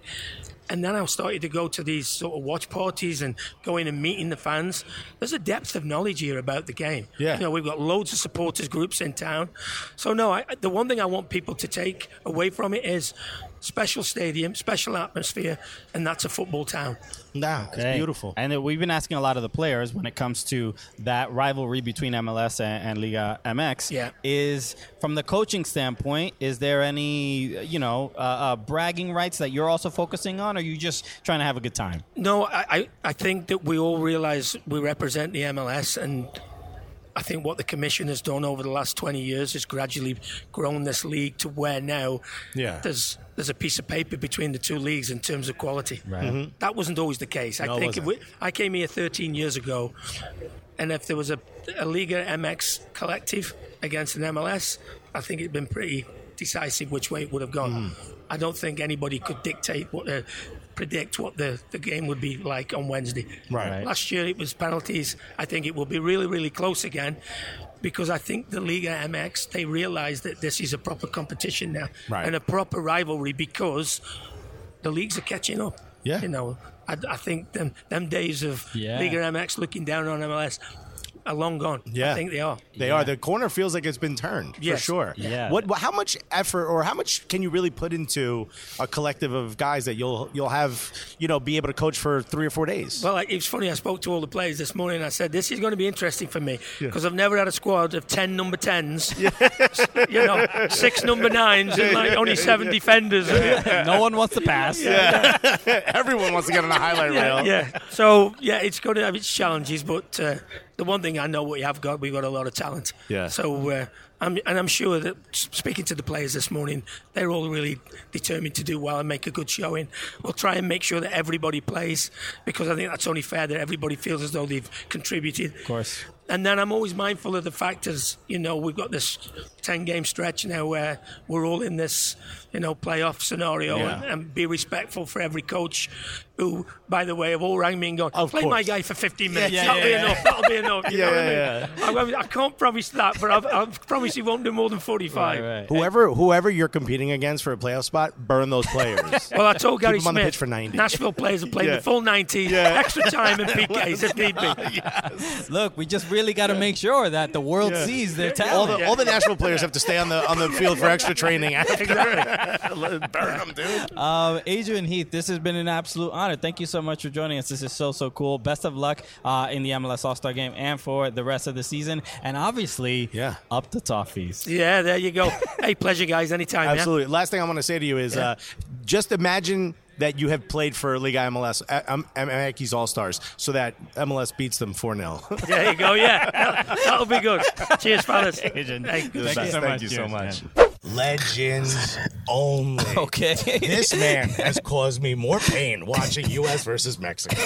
I: And then I started to go to these sort of watch parties and going and meeting the fans. There's a depth of knowledge here about the game.
C: Yeah.
I: You know, we've got loads of supporters groups in town. So, no, I, the one thing I want people to take away from it is special stadium, special atmosphere, and that's a football town.
C: Nah, it's beautiful.
D: And uh, we've been asking a lot of the players when it comes to that rivalry between MLS and, and Liga MX.
I: Yeah.
D: Is from the coaching standpoint, is there any you know uh, uh, bragging rights that you're also focusing on, or you just trying to have a good time?
I: No, I, I, I think that we all realise we represent the MLS, and I think what the commission has done over the last 20 years is gradually grown this league to where now
C: Yeah.
I: there's there's a piece of paper between the two leagues in terms of quality. That wasn't always the case. I
C: No, it
I: think if we,
C: wasn't.
I: I came here 13 years ago, and if there was a, a Liga MX collective against an MLS, I think it'd been pretty decisive which way it would have gone.
C: Hmm.
I: I don't think anybody could dictate what the, predict what the, the game would be like on Wednesday.
C: Right. Right.
I: Last year it was penalties. I think it will be really, really close again because I think the Liga MX, they realise that this is a proper competition now
C: Right.
I: and a proper rivalry because the leagues are catching up.
C: Yeah.
I: You know, I, I think them, them days of
D: Yeah.
I: Liga MX looking down on MLS are long gone.
C: Yeah.
I: I think they are.
C: They are. The corner feels like it's been turned
I: Yes.
C: for sure.
D: Yeah.
C: What? wh- How much effort or how much can you really put into a collective of guys that you'll you'll have you know, be able to coach for three or four days.
I: Well, like, it's funny. I spoke to all the players this morning. and I said, "This is going to be interesting for me because I've never had a squad of ten number tens. you know, six number nines and like only seven defenders.
D: no one wants to pass.
C: Everyone wants to get on a highlight reel.
I: yeah. So yeah, it's going to have its challenges, but uh, the one thing I know we have got, we've got a lot of talent.
C: Yeah.
I: So uh, I'm, and I'm sure that s- speaking to the players this morning, they're all really determined to do well and make a good showing. We'll try and make sure that everybody plays because I think that's only fair that everybody feels as though they've contributed. Of
D: course.
I: And then I'm always mindful of the factors. You know, we've got this 10 game stretch now where we're all in this, you know, playoff scenario and, and be respectful for every coach who, by the way, have all rang me and gone,
C: Of
I: play
C: course.
I: my guy for 15 minutes.
D: yeah,
I: that'll be
D: yeah.
I: enough. That'll be enough. You know what I mean? I, mean, I can't promise that, but I've, I promise he won't do more than 45.
C: Whoever whoever you're competing against for a playoff spot, burn those players.
I: Well, I told Gary
C: Keep 'em on
I: Smith,
C: the pitch for 90.
I: Nashville players have played
C: Yeah.
I: the full 90, extra time and PKs if need be.
D: Look, we just really got to make sure that the world sees their
C: all
D: talent.
C: the all the national players have to stay on the on the field for extra training. After. burn them, dude.
D: Uh, Adrian Heath, this has been an absolute honor. Thank you so much for joining us. This is so so cool. Best of luck uh, in the MLS All Star Game and for the rest of the season, and obviously,
C: Yeah.
D: up the toffees.
I: Yeah, there you go. hey, pleasure, guys, anytime. yeah?
C: Absolutely. Last thing I want to say to you is, uh, just imagine that you have played for Liga MLS, uh, um, Yankees All Stars, so that MLS beats them four 0
I: There you go. Yeah, that'll, that'll be good. Cheers, fellas. Hey, good
D: Thank you so much. Cheers,
C: Legends only.
D: Oh, Okay.
C: This man has caused me more pain watching U.S. versus Mexico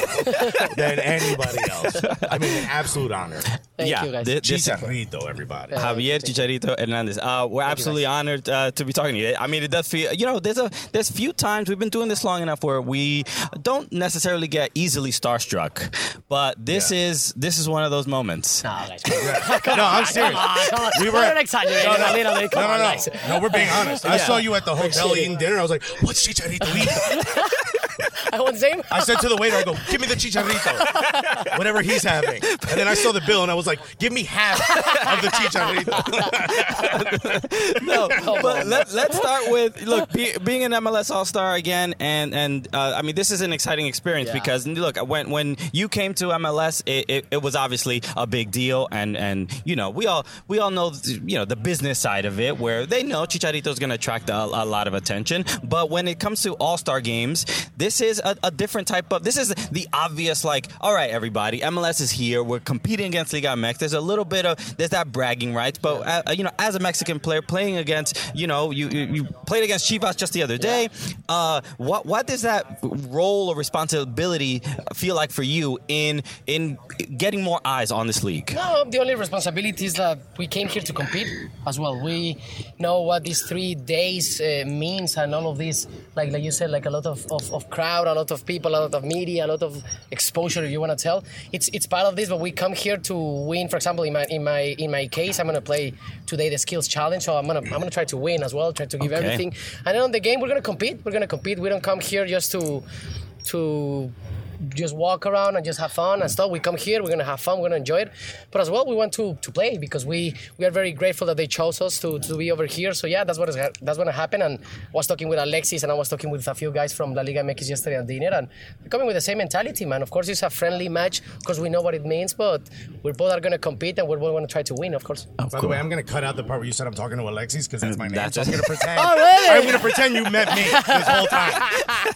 C: than anybody else. I mean, an absolute honor.
L: Thank you, guys.
D: thi- this-
C: Chicharito, everybody.
D: Javier Chicharito Hernandez. Uh, we're absolutely honored uh, to be talking to you. I mean, it does feel you know there's a there's few times we've been doing this long enough where we don't necessarily get easily starstruck, but this
C: Yeah.
D: is this is one of those moments.
L: No, guys. Come on,
C: No, I'm serious.
L: come on. Ah, Come on.
C: We
L: We
C: were-
L: were exaggerating a little bit. Come
C: No, no,
L: on,
C: no.
L: guys.
C: No, we're being honest. I
L: Yeah.
C: saw you at the hotel eating dinner. I was like, what's chicharito eating?
L: I won't say
C: I said to the waiter, I go, give me the chicharito, whatever he's having. And then I saw the bill and I was like, give me half of the chicharito.
D: no, but let, let's start with look be, being an MLS All Star again, and and uh, I mean this is an exciting experience
L: Yeah.
D: because look when when you came to MLS, it, it, it was obviously a big deal, and and you know we all we all know you know the business side of it where they know Chicharito's going to attract a, a lot of attention, but when it comes to All Star games, this is a, a different type of this is the obvious like all right everybody MLS is here we're competing against Liga MX. There's a little bit of there's that bragging rights, but uh, you know as a Mexican player playing against you know you you, you played against Chivas just the other day. Uh, what what does that role or responsibility feel like for you in in getting more eyes on this league?
L: No, the only responsibility is that we came here to compete as well. We know what these three days uh, means and all of this. Like like you said, like a lot of, of, of crowd, a lot of people, a lot of media, a lot of exposure. If you want to tell, it's it's part of this. But we come here to win. For example, in my in my in my case, I'm gonna play today the skills challenge. So I'm gonna I'm gonna try to win as well. Try to give
D: Okay.
L: everything. And then on the game, we're gonna compete. We're gonna compete. We don't come here just to to just walk around and just have fun and stuff. We come here, we're gonna have fun, we're gonna enjoy it. But as well, we want to, to play because we we are very grateful that they chose us to, to be over here. So yeah, that's what is ha- that's gonna happen. And I was talking with Alexis and I was talking with a few guys from La Liga MX yesterday at dinner, and they're coming with the same mentality, man. Of course, it's a friendly match because we know what it means, but we both are gonna compete and we're both gonna try to win, of course.
C: By the way, I'm going to cut out the part where you said I'm talking to Alexis because
L: Mm.
C: that's my name.
D: That's
C: so I'm
D: it.
C: going to pretend. I'm going to pretend you met me this whole time.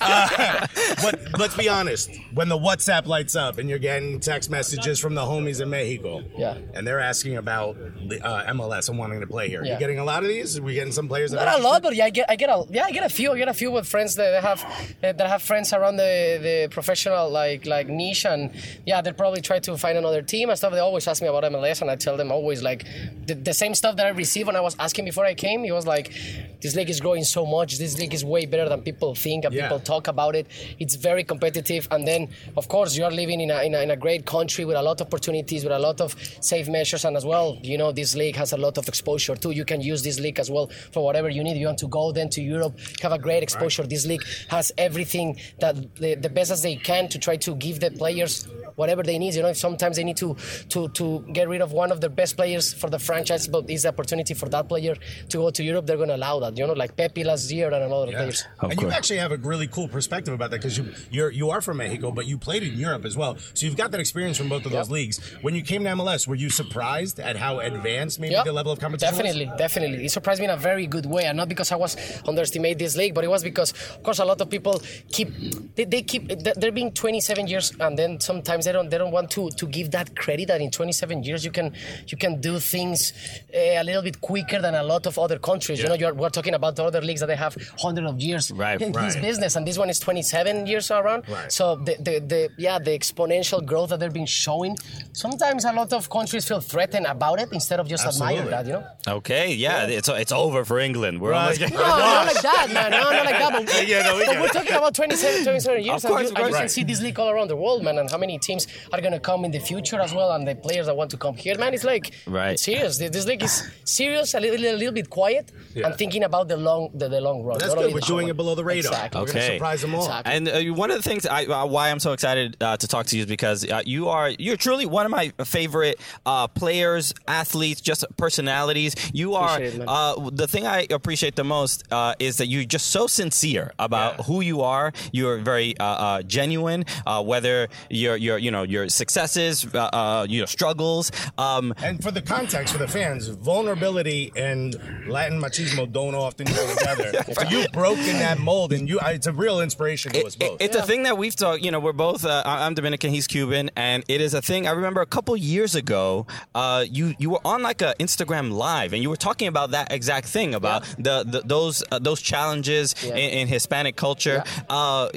C: Uh, but let's be honest. When the WhatsApp lights up and you're getting text messages from the homies in Mexico,
L: Yeah.
C: and they're asking about uh, MLS and wanting to play here, you
L: Yeah.
C: getting a lot of these? Are we getting some players? that
L: Not
C: are
L: a lot, but yeah, I get, I get a, yeah, I get a few, I get a few with friends that have, eh, that have friends around the, the professional like like niche, and yeah, they probably try to find another team and stuff. They always ask me about MLS, and I tell them always like the, the same stuff that I received when I was asking before I came. It was like, this league is growing so much. This league is way better than people think and
C: Yeah.
L: people talk about it. It's very competitive, and then of course you are living in a, in a in a great country with a lot of opportunities, with a lot of safe measures, and as well, you know, this league has a lot of exposure too. You can use this league as well for whatever you need. You want to go then to Europe, have a great exposure. This league has everything that the, the best as they can to try to give the players whatever they need. You know, sometimes they need to to to get rid of one of the best players for the franchise, but it's the opportunity for that player to go to Europe. They're going to allow that. You know, like Pepe last year and another players.
C: and you actually have a really cool perspective about that because you you're, you are from Mexico, but you played in Europe as well, so you've got that experience from both of those leagues. When you came to MLS, were you surprised at how advanced maybe
L: Yeah,
C: the level of competition? was?
L: Definitely, definitely. It surprised me in a very good way, and not because I was underestimate this league, but it was because, of course, a lot of people keep they, they keep they- they're being 27 years, and then sometimes they don't they don't want to to give that credit that in 27 years you can you can do things uh, a little bit quicker than a lot of other countries. You know, you're, we're talking about other leagues that they have hundreds of years
M: Right,
L: in this
C: right.
L: business, and this one is 27 years around.
C: Right.
L: So the, the, the yeah the exponential growth that they've been showing. Sometimes a lot of countries feel threatened about it instead of just admire
C: Absolutely.
L: that. You know.
D: Okay, yeah, it's it's over for England. We're almost getting
L: No, not like that, man. No, not like that. But,
D: Yeah, no, we
L: but
D: get
L: we're
D: it.
L: talking about 27, 27 years.
M: Of course, of
L: and you, and
M: course.
L: you can see this league all around the world, man, and how many teams are going to come in the future as well, and the players that want to come here, man. It's like
M: Right.
L: it's serious. This this league is serious, a little, a little bit quiet, and thinking about the long, the, the long run.
C: That's
L: Not
C: good.
L: only
C: We're
L: the
C: doing
L: short
C: it below the
L: run.
C: radar.
L: Exactly.
C: We're gonna
D: Okay.
C: surprise them all.
L: Exactly.
D: And uh, one of the things I, uh, why I'm so excited uh, to talk to you is because uh, you are you're truly one of my favorite uh, players, athletes, just personalities. You are
L: Appreciate it, man.
D: uh, the thing I appreciate the most uh, is that you're just so sincere about who you are. You're very uh, uh, genuine, uh, whether your your you know your successes, uh, uh, your struggles. Um,
C: And for the context for the fans, vulnerability and Latin machismo don't often go together. so you've broken that mold, and you—it's a real inspiration to us
D: It-
C: both.
D: it- it's a thing that we've talked. You know, we're both. Uh, I- I'm Dominican. He's Cuban, and it is a thing. I remember a couple years ago, uh, you you were on like a Instagram live, and you were talking about that exact thing about the, the those uh, those challenges in, in Hispanic culture. Uh,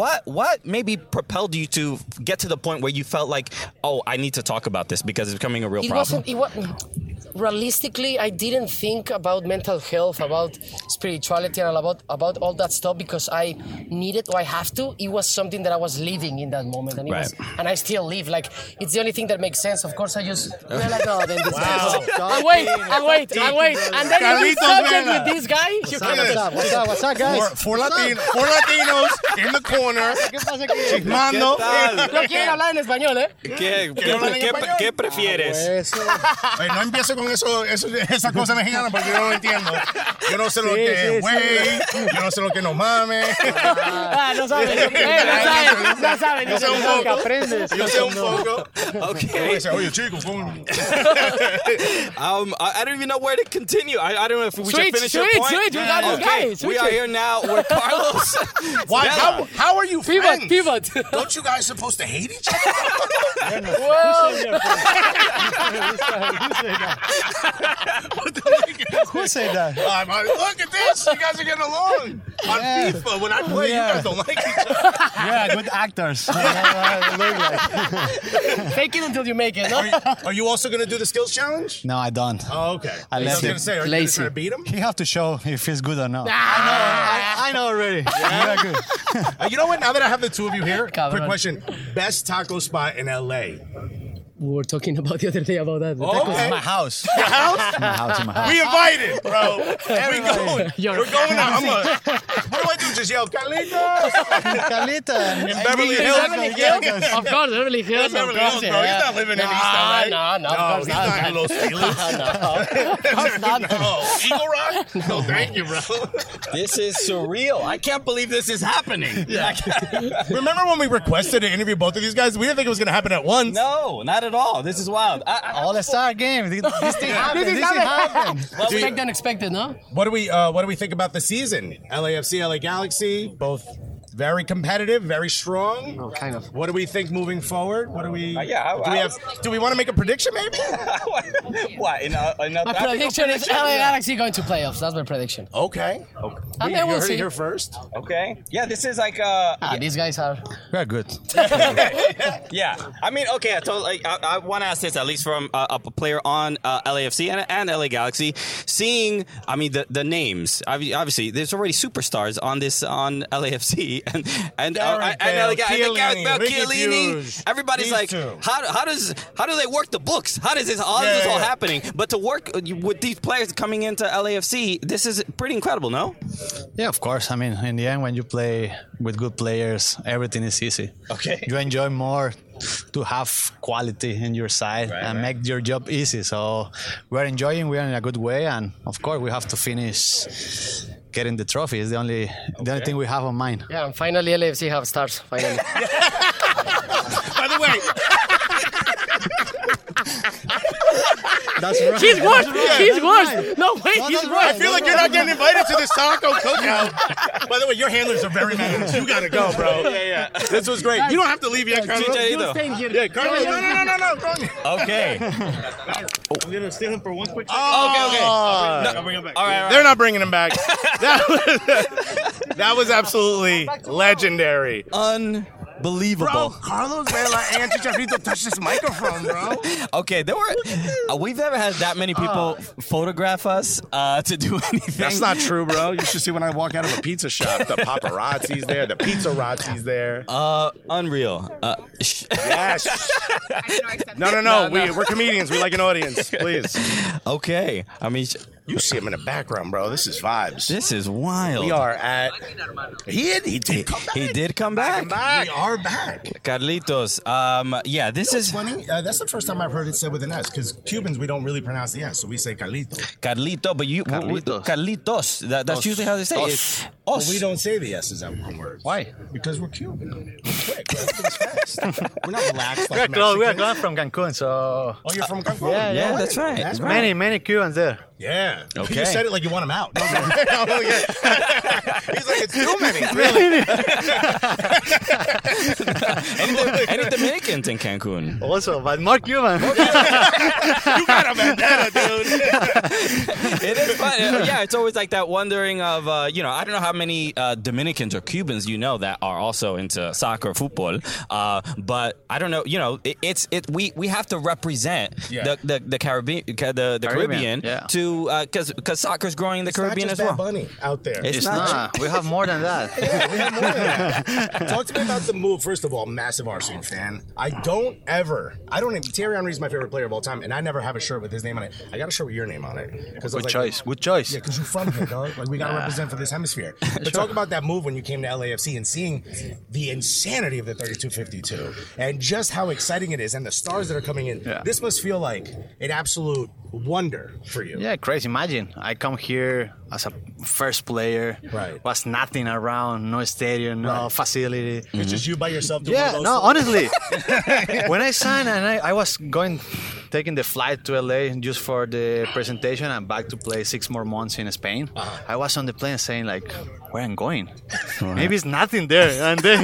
D: what what maybe propelled you to get to the point where you felt like, oh, I need to talk about this because it's becoming a real
L: it
D: problem.
L: wasn't. It was realistically, I didn't think about mental health, about spirituality, and about about all that stuff because I needed or I have to. It was something that I was living in that moment, and it was, and I still live. Like it's the only thing that makes sense. Of course, I just we're like, oh, then this
C: Wow.
L: I wait, I wait, I wait, and then you do
C: Carlitos
L: something
C: Vela.
L: with this guy. You
C: up?
L: cannot stop. What's up? What's up,
C: Four,
L: guys?
C: four, Latin, four Latinos in the corner. Chismando.
L: No quiero hablar en español, eh?
D: ¿Qué,
C: hablan en español?
L: Ah,
D: prefieres?
C: Oye, no empiezo con eso, eso- esa cosa mexicana porque yo no lo entiendo. Yo no sé lo que es güey, yo no sé lo que no mames.
L: Ah, no sabes. Eh, no sabes, no sabes.
C: Yo sé un poco.
L: aprendes.
C: Yo sé un poco.
D: okay.
C: Oye, oye, chicos, fue un-
D: Um, I, I don't even know where to continue. I, I don't know if we should
L: Switch,
D: finish
L: switch,
D: your point.
L: switch. We got this guy.
D: okay,
L: Switch
D: we are
L: it.
D: here now with Carlos.
C: Why? How, how are you friends?
L: Pivot, pivot.
C: Don't you guys supposed to hate each other?
N: Who said that?
C: I'm- I- look at this. You guys are getting along. On FIFA, when I play,
N: Yeah.
C: you guys don't like each other.
N: Yeah, good actors. no,
L: Fake it until you make it. No?
C: Are you, are you also going to do the skills challenge?
N: I don't.
C: Oh, okay.
N: I
C: was
N: left
C: going
N: it.
C: to say, are you
L: Lazy.
C: going to beat him?
N: He have to show if he's good or not.
L: Ah.
N: I know already. You are good.
C: Uh, you know what? Now that I have the two of you here, quick
L: Cabrón.
C: question. Best taco spot in LA?
L: We were talking about the other day about that. The
F: Oh,
L: tacos.
C: Okay.
N: My house.
C: house?
N: My house. My house.
C: We invited, bro. we going.
L: You're
C: We're going out. I'm a, what do I do? Just yell, Carlitos?
N: Carlita.
C: In Beverly Hills.
L: Beverly
C: Yeah,
L: Hills?
C: yeah.
L: Of course, Beverly Hills.
C: Beverly
L: of course,
C: Hills, bro.
L: yeah.
C: He's not living in East
L: Nah,
C: LA.
L: nah, nah,
C: No,
L: of course
C: he's
L: not.
C: not in Los Feliz. no, Eagle Rock? No, thank you, bro.
D: this is surreal. I can't believe this is happening.
C: Remember when we requested to interview both of these guys? We didn't think it was going to happen at once.
D: No, not at all. This is wild. I, I,
N: All star game. This thing happened.
L: This
N: This
L: is
N: thing
L: not
N: happened.
L: Expected, unexpected, no?
C: What do we uh, What do we think about the season? LAFC, LA Galaxy, both very competitive, very strong.
L: kind of.
C: What do we think moving forward? What do we?
D: Uh, yeah, I-
C: do we
D: I-
C: have? Do we want to make a prediction? Maybe.
D: what? In a, in a
L: My prediction is LA Galaxy going to playoffs. That's my prediction.
C: Okay. okay.
L: And
C: you
L: then we'll
C: heard it
L: see.
C: here first.
D: Okay. Yeah, this is like uh
L: Ah, these guys are.
N: We are good.
D: Yeah, I mean, okay, I totally. I, I want to ask this at least from uh, a player on uh, LAFC and, and LA Galaxy. Seeing, I mean, the the names. obvi- Obviously, there's already superstars on this on LAFC and and uh, I- and, uh, like, I think Gareth Bale,
C: Ricky
D: Chiellini,
C: Fuse,
D: everybody's
C: these
D: like,
C: two.
D: how, how does how do they work the books? How does this all,
C: Yeah,
D: this
C: yeah,
D: all
C: yeah.
D: happening? But to work uh, you- with these players coming into LAFC, this is pretty incredible, no?
F: Yeah, of course. I mean, in the end, when you play with good players, everything is easy.
D: Okay.
F: You enjoy more to have quality in your
C: Uh,
F: side and make your job easy. So we're enjoying. We're in a good way, and of course, we have to finish getting the trophy. It's the only the only thing we have on mind.
L: Yeah, and finally LAFC have stars. Finally.
C: By the way,
F: That's right.
C: She's worse. She's worse.
L: No, wait,
C: he's right. I feel like you're not getting invited to this taco cookout. By the way, your handlers are very mad at us. You gotta go, bro.
O: Yeah, yeah.
C: This was great. You don't have to leave yet, Carlos.
O: TJ,
C: You're
O: though.
C: staying here. Yeah, Carlos. No, no, no, no, no, Carlos.
O: Okay.
C: I'm gonna steal him for one quick second.
O: Oh, okay, okay.
C: I'll bring him back.
O: No, all right, all right.
C: They're not bringing him back. that, was, that was absolutely legendary.
D: Unbelievable.
C: Bro, Carlos Vela and Chicharito touched this microphone, bro.
D: Okay, there were. Uh, we've never had that many people f- photograph us uh, to do anything.
C: That's not true, bro. You should see when I walk out of a pizza shop, the paparazzi's there, the pizza razzi's there.
D: Uh, unreal. Uh, sh-
C: Yes. No, no, no. We, We're comedians. We like an audience. Please.
D: okay. I mean, sh-
C: You see him in the background, bro. This is vibes.
D: this is wild.
C: We are at. He, he did come back.
D: He did come back.
C: We are back.
D: Carlitos. Um, yeah, this is
C: funny. Uh, that's the first time I've heard it said with an S because Cubans, we don't really pronounce the S, so we say Carlito.
D: Carlito, but you Carlitos. Carlitos. That, that's
C: Os.
D: usually how they say it.
C: Os.
D: Os.
C: But Oh, we don't say the S's at one word. Why? Because we're Cuban. We're quick. Everything's fast. we're not relaxed
F: We're
C: like
F: close. We're
C: Mexicans.
F: close from Cancun, so
C: Oh, you're from Cancun.
F: yeah, yeah,
C: No
D: that's
C: way.
D: right.
C: That's
F: many many Cubans there.
C: Yeah.
D: Okay.
C: You said it like you want him out. Oh, yeah. He's like, it's too many. Really?
D: any, Dom- any Dominicans in Cancun?
F: Also, but more Cuban.
C: you got a vendetta, dude.
D: It is fun. Uh, Yeah, it's always like that wondering of, uh, you know, I don't know how many uh, Dominicans or Cubans you know that are also into soccer, football, uh, but I don't know, you know, it, it's it we we have to represent
C: Yeah.
D: the, the the Caribbean the, the Caribbean,
F: Caribbean, yeah.
D: to because because soccer's growing in the Caribbean
C: Not just
D: as well.
C: Bad Bunny out there.
D: It's
F: It's
D: not-
F: not. We have more than that.
C: Yeah, we have more than that. Talk to me about the move. First of all, massive Arsenal fan. I don't ever. I don't. Even, Thierry Henry is my favorite player of all time, and I never have a shirt with his name on it. I got a shirt with your name on it. Good
F: Good choice. Good choice.
C: Yeah, because you're from here, dog. Like we gotta represent for this hemisphere. But talk about that move when you came to LAFC and seeing the insanity of the 3252 and just how exciting it is and the stars that are coming in.
F: Yeah.
C: This must feel like an absolute wonder for you.
F: Yeah, crazy. Imagine I come here as a first player.
C: Right.
F: Was nothing around, no stadium, no
C: Right.
F: facility.
C: It's just you by yourself. doing
F: Yeah,
C: one of
F: no,
C: those-
F: honestly, when I signed and I, I was going taking the flight to LA just for the presentation and back to play six more months in Spain,
D: Uh-huh.
F: I was on the plane saying like, "Where I'm going? Maybe it's nothing there." And they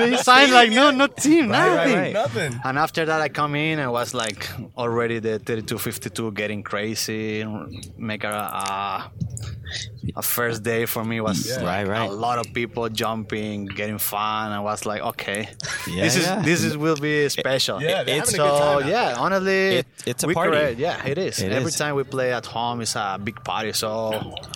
F: they signed like, "No, no team,
D: Right, right,
F: nothing,
D: right.
C: Nothing.
F: And after that, I come in and was like already the 3252 getting crazy, make a. a a first day for me was
C: Yeah.
F: like
D: Right, right.
F: a lot of people jumping, getting fun. I was like, okay,
D: Yeah,
F: this is
D: yeah.
F: this is will be special.
C: Yeah, they're
F: it's
C: having a good
F: so
C: time out
F: yeah. Honestly,
D: It- it's a
F: we
D: party.
F: create- yeah, it is.
D: It
F: Every
D: is.
F: time we play at home, it's a big party. So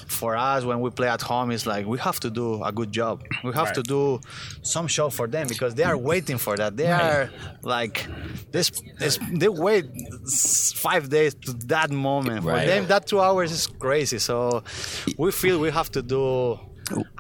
F: for us, when we play at home, it's like we have to do a good job. We have to do some show for them because they are waiting for that. They are like this. this they wait s- five days to that moment. For
D: Right.
F: them, that two hours is crazy. So we feel we have to do.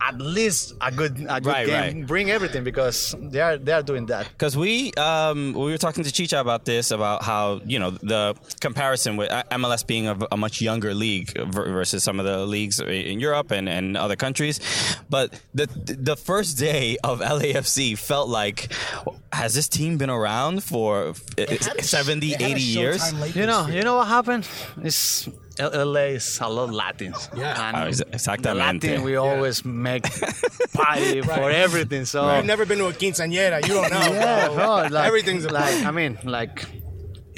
F: At least a good, a good
D: Right,
F: game.
D: right.
F: Bring everything because they are they are doing that.
D: Because we um, we were talking to Chicha about this, about how you know the comparison with uh, MLS being a, a much younger league ver- versus some of the leagues in Europe and, and other countries, but the the first day of LAFC felt like has this team been around for uh,
C: had a-
D: 70,
C: they had a
D: 80 years?
C: Showtime late
F: You know,
C: this
F: you know what happened? It's L- LA is a lot of Latins.
C: Yeah.
F: And
D: Oh, ex-
F: the
D: exactamente.
F: Latin we always make party for everything. So
C: You've never been to a quinceañera. You don't know.
F: yeah,
C: bro.
F: bro, like,
C: Everything's a
F: like I mean, like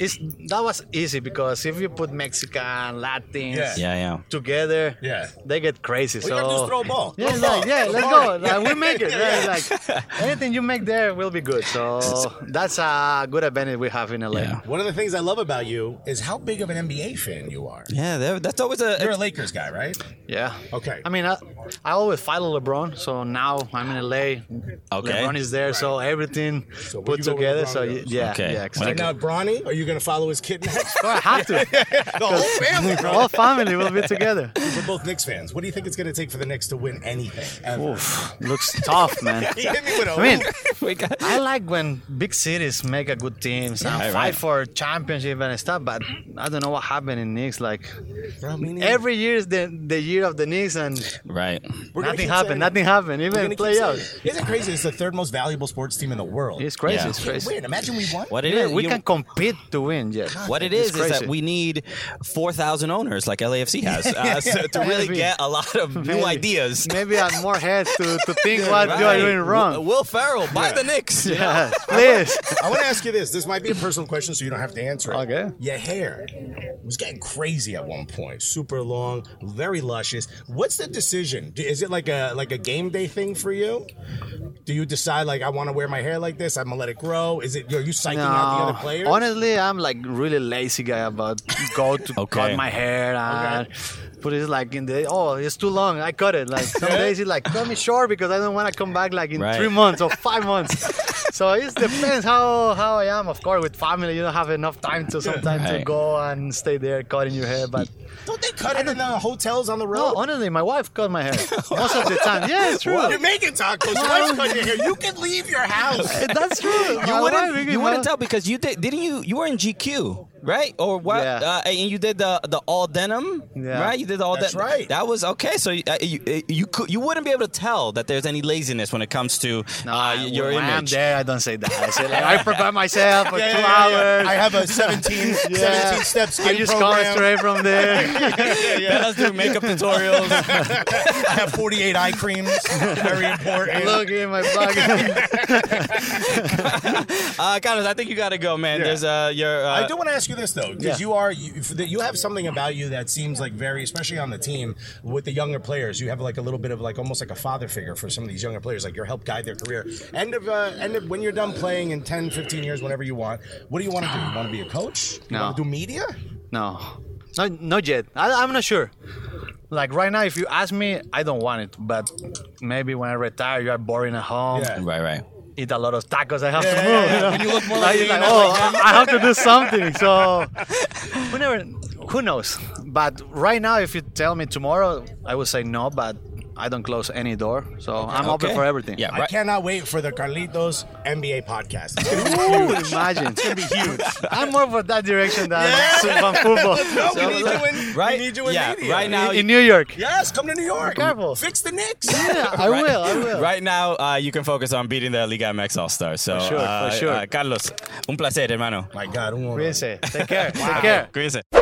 F: It's, that was easy because if you put Mexican, Latins,
D: Yeah. Yeah, yeah.
F: together,
D: Yeah.
F: they get crazy.
D: All you
F: so
D: gotta do is throw a ball.
F: Yeah,
D: Throw a
F: it's like,
D: ball.
F: yeah,
D: It's
F: let's go.
D: hard.
F: Like, we make it.
D: Yeah,
F: right?
D: yeah.
F: Like anything you make there will be good. So that's a good advantage we have in LA.
C: One of the things I love about you is how big of an NBA fan you are.
D: Yeah, that- that's always a.
C: You're a Lakers guy, right?
F: Yeah.
C: Okay.
F: I mean, I, I always follow LeBron, so now I'm in LA.
C: Okay.
F: LeBron is there, so everything put together. So y- yeah, yeah, exactly.
C: Now, Bronny, are you going to follow his kid next?
F: I have to.
C: the whole family, bro.
F: Whole family will be together.
C: We're both Knicks fans. What do you think it's going to take for the Knicks to win anything? Ever?
F: Oof, looks tough, man.
C: He hit me with a
F: I mean, I like when big cities make a good teams and
C: Yeah,
F: fight
C: right.
F: for championship and stuff. But I don't know what happened in Knicks. Like
C: Bro, me neither.
F: every year is the the year of the Knicks, and
D: right,
C: We're gonna
F: nothing
C: keep saying
F: happened.
C: that.
F: Nothing happened.
C: We're
F: Even
C: gonna keep saying
F: playoffs.
C: it. Isn't it crazy? It's the third most valuable sports team in the world.
F: It's crazy. It's crazy.
C: Wait, imagine we won.
D: What it
F: yeah,
D: is-
F: we
D: you-
F: can compete to win. Yeah.
D: What it
F: It's
D: is is that
F: crazy.
D: we need four thousand owners like LAFC has uh, so to really
F: Maybe.
D: get a lot of new
F: Maybe.
D: ideas.
F: Maybe I have more heads to, to think what you are doing wrong.
D: Will, Will Ferrell buy
C: Yeah.
D: the Knicks. you know?
F: Yeah, please.
C: I want to ask you this. This might be a personal question, so you don't have to answer it. Okay. Your hair was getting crazy at one point. Super long, very luscious. What's the decision? Do- Is it like a like a game day thing for you? Do you decide like I want to wear my hair like this? I'm gonna let it grow. Is it are you psyching out the
F: No.
C: other players?
F: Honestly, I'm like really lazy guy about go to cut my hair and put it like in the oh it's too long. I cut it like some days it's like cut me short because I don't want to come back like in
D: Right.
F: three months or five months. so it depends how how I am. Of course, with family you don't have enough time to sometimes to
D: Right.
F: go and stay there cutting your hair, but.
C: Don't they cut it in the hotels on the road?
F: No, honestly, my wife cut my hair most of the time. Yeah, it's true.
C: You're making tacos. Your wife's cutting your hair. You can leave your house.
F: That's true.
D: You wouldn't, you wouldn't tell because you did, didn't you? You were in GQ, right? Or what?
F: Yeah.
D: Uh, and you did the the all denim,
F: Yeah.
D: right? You did the all
F: That's
D: denim.
F: right.
D: That was okay. So uh, you uh, you could, you wouldn't be able to tell that there's any laziness when it comes to
C: Ah,
D: uh, your
F: Ah, when I'm
D: image.
F: there, I don't say that. I say like I prepare myself for
C: Yeah,
F: two
C: yeah, yeah, yeah.
F: hours.
C: I have a 17, 17 step
F: I
C: skin
F: just
C: program.
F: come straight from there.
D: Let us do makeup tutorials.
C: I have 48 eye creams. Very important.
F: Look in my pocket.
D: uh, Connors, I think you gotta go, man.
C: Yeah.
D: There's uh, your. Uh,
C: I do want to ask you this though,
D: Yeah.
C: because you are you, that you have something about you that seems like very, especially on the team with the younger players. You have like a little bit of like almost like a father figure for some of these younger players, like you help guide their career. End of uh, end of when you're done playing in 10, 15 years, whenever you want. What do you want to do? You want to be a coach? You
F: No.
C: want to do media?
F: No, no, not yet. I, I'm not sure. Like right now, if you ask me, I don't want it. But maybe when I retire, you are boring at home.
C: Yeah.
D: Right, right.
F: Eat a lot of tacos. I have
C: Yeah, yeah,
F: to move.
C: yeah.
F: you know?
C: When you look more like
F: it's
C: me,
F: like,
C: not
F: oh,
C: like him.
F: I have to do something. So we never. Who knows? But right now, if you tell me tomorrow, I will say no. But I don't close any door, so I'm open
D: Okay.
F: for everything.
D: Yeah,
C: I
D: right.
C: cannot wait for the Carlitos NBA podcast. It's gonna be
F: Ooh, imagine.
C: It's gonna be huge.
F: I'm more for that direction than from football.
C: No, Oh, we need you in.
D: Right?
C: We need you in
D: Yeah,
C: media.
D: right now-
F: in, in New York.
C: Yes, come to New York.
F: Careful.
C: Fix the Knicks.
F: Yeah, I
D: Right-
F: will. I will.
D: Right now, uh, you can focus on beating the Liga MX All Star. So,
F: For sure, for
D: uh,
F: sure.
D: uh, Carlos, un placer, hermano.
C: My God, who won?
F: Cuídense. Take care. Take
D: Wow.
F: care.
D: Cuídense.